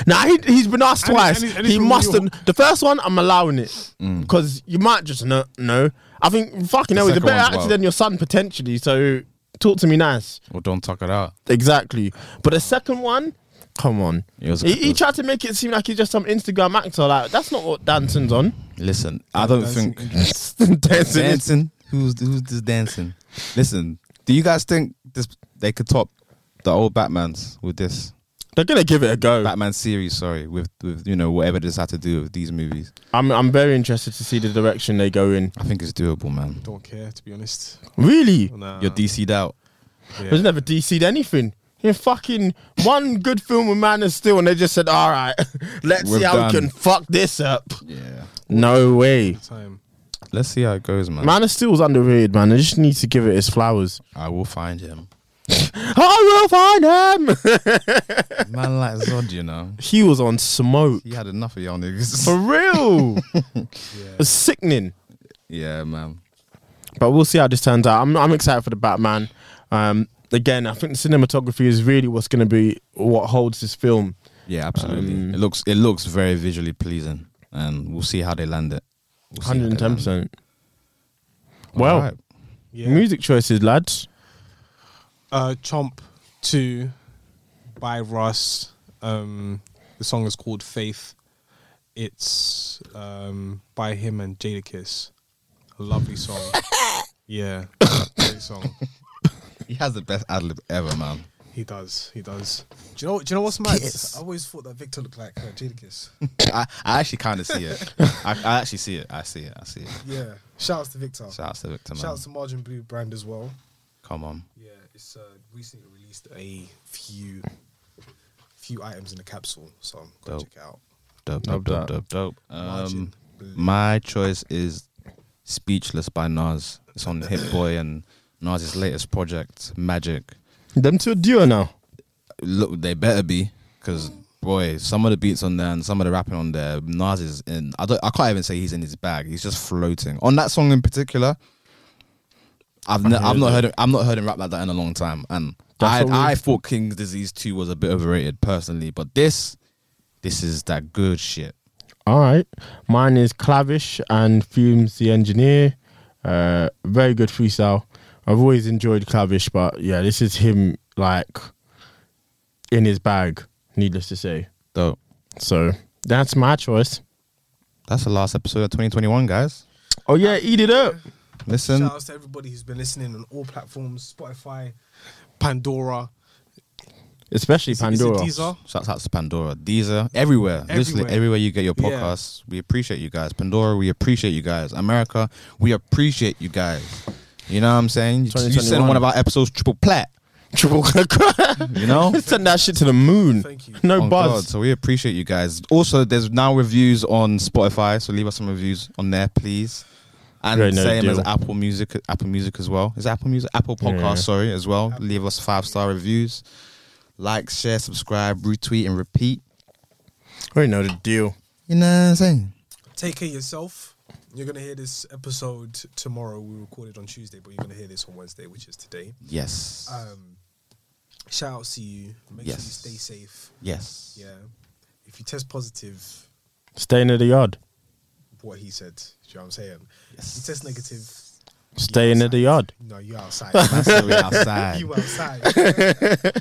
B: Now he he's been asked
C: And he-
B: twice.
C: and he- and he's
B: he
C: from
B: must
C: New
B: have the first one. I'm allowing it because you might just know. No, I think fucking
A: Mm. The
B: hell, he's a
A: second
B: better
A: one's
B: actor
A: wild.
B: than your son potentially. So talk to me nice.
A: well, don't talk it out.
B: Exactly. But the second one, come on.
A: It was-
B: He, he tried to make it seem like he's just some Instagram actor. Like that's not what Danson's on.
A: Listen, I don't
C: Dancing
A: think
B: Danson. is-
A: dancing. Who's who's this dancing? Listen, do you guys think this they could top the old Batman's with this
B: They're gonna give it a go.
A: Batman series? Sorry, with with you know whatever this had to do with these movies.
B: I'm I'm very interested to see the direction they go in.
A: I think it's doable, man.
C: Don't care, to be honest.
B: Really.
C: Nah.
A: You're DC'd out.
C: Yeah.
B: It was never DC'd anything. Yeah, fucking one good film with Man of Steel, and they just said, "All right, let's
A: We're
B: see how
A: done.
B: we can fuck this up."
A: Yeah.
B: No way.
C: Time.
A: Let's see how it goes, man.
B: Man of Steel's underrated, man. I just need to give it its flowers.
A: I will find him.
B: I will find him.
A: man like Zod, you know.
B: he was on smoke
A: He had enough of y'all niggas.
B: for real. It's sickening.
A: yeah, man.
B: But we'll see how this turns out. I'm I'm excited for the Batman. Um, again, I think the cinematography is really what's going to be what holds this film.
A: Yeah, absolutely.
B: Um,
A: it looks it looks very visually pleasing, and we'll see how they land it. We'll see how they
B: Hundred and ten
A: land
B: percent.
A: it.
B: Well,
A: Alright.
C: Yeah.
B: music choices, lads.
C: uh, Chomp 2 by Russ. Um, the song is called Faith. It's um, by him and Jadakiss. A lovely song. Yeah, great song.
A: He has the best ad lib ever, man.
C: He does. He does. Do you know? Do you know what's mad?
B: Kiss.
C: I always thought that Victor looked like uh, Jadakiss.
A: I, I actually kind of see it. I, I actually see it. I see it. I see it.
C: yeah. Shouts to Victor.
A: Shouts to Victor, man.
C: Shouts to Margin Blue brand as well.
A: Come on.
C: Yeah, it's uh, recently released a few few items in the capsule, so go
A: Dope.
C: check it out.
A: Dope,
B: Love
A: dope, dope,
B: that.
A: dope, dope. Um,
C: Margin Blue.
A: my choice is Speechless by Nas. It's on Hit Boy and Nas's latest project, Magic.
B: Them two are duo now.
A: Look, they better be, because boy, some of the beats on there and some of the rapping on there, Nas is in. I don't. I can't even say he's in his bag. He's just floating on that song in particular. I've n- I've not heard him, I've not heard him rap like that in a long time, and
B: That's what we-
A: I I thought King's Disease Two was a bit overrated personally, but this this is that good shit.
B: All right. Mine is Clavish and Fumes the Engineer. Uh, very good freestyle. I've always enjoyed Clavish, but yeah, this is him like in his bag, needless to say.
A: Dope.
B: So that's my choice.
A: That's the last episode of 2021, guys.
B: Oh yeah, eat it up.
A: Listen,
C: Shouts to everybody who's been listening on all platforms: Spotify, Pandora,
B: Especially
C: Is it- is it
B: Pandora.
C: Deezer.
A: shouts out to Pandora, Deezer, everywhere. Literally
C: Everywhere.
A: everywhere you get your
C: Yeah.
A: podcasts. We appreciate you guys. Pandora, we appreciate you guys. America, we appreciate you guys. You know what I'm saying? You, you
B: 2021.
A: send one of our episodes triple plat,
B: Triple
A: you know?
B: Send that shit to the moon.
C: Oh. Thank you.
B: No
A: Oh, God,
B: buzz.
A: so we appreciate you guys. Also, there's now reviews on Spotify, so leave us some reviews on there, please. And
B: Great, no
A: same as
B: deal.
A: Apple Music, Apple Music as well. Is it Apple Music, Apple Podcast,
B: Yeah.
A: sorry, as well. Leave us five star reviews, like, share, subscribe, retweet, and repeat.
B: We know the deal.
A: You know what I'm saying?
C: Take care of yourself. You're gonna hear this episode tomorrow. We recorded on Tuesday, but you're gonna hear this on Wednesday, which is today.
A: Yes.
C: Um, shout out to you. Make
A: Yes.
C: sure you stay safe.
A: yes.
C: Yeah. If you test positive,
B: Stay in the yard.
C: what he said, do you know what I'm saying?
A: Yes.
C: If you test negative,
B: Stay in
C: Yes,
B: the yard.
C: no, you're outside.
A: That's the way outside.
C: you outside.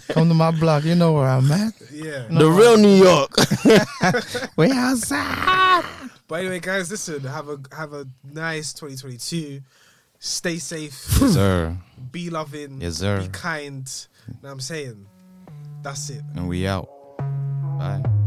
A: Come to my block, you know where I'm at.
C: yeah.
B: The real New York.
A: We outside.
C: But anyway, guys, listen. Have a have a nice 2022. Stay safe.
A: Yes, sir.
C: Be loving.
A: Yes, sir.
C: Be kind. Know what I'm saying? That's it.
A: And we out. Bye.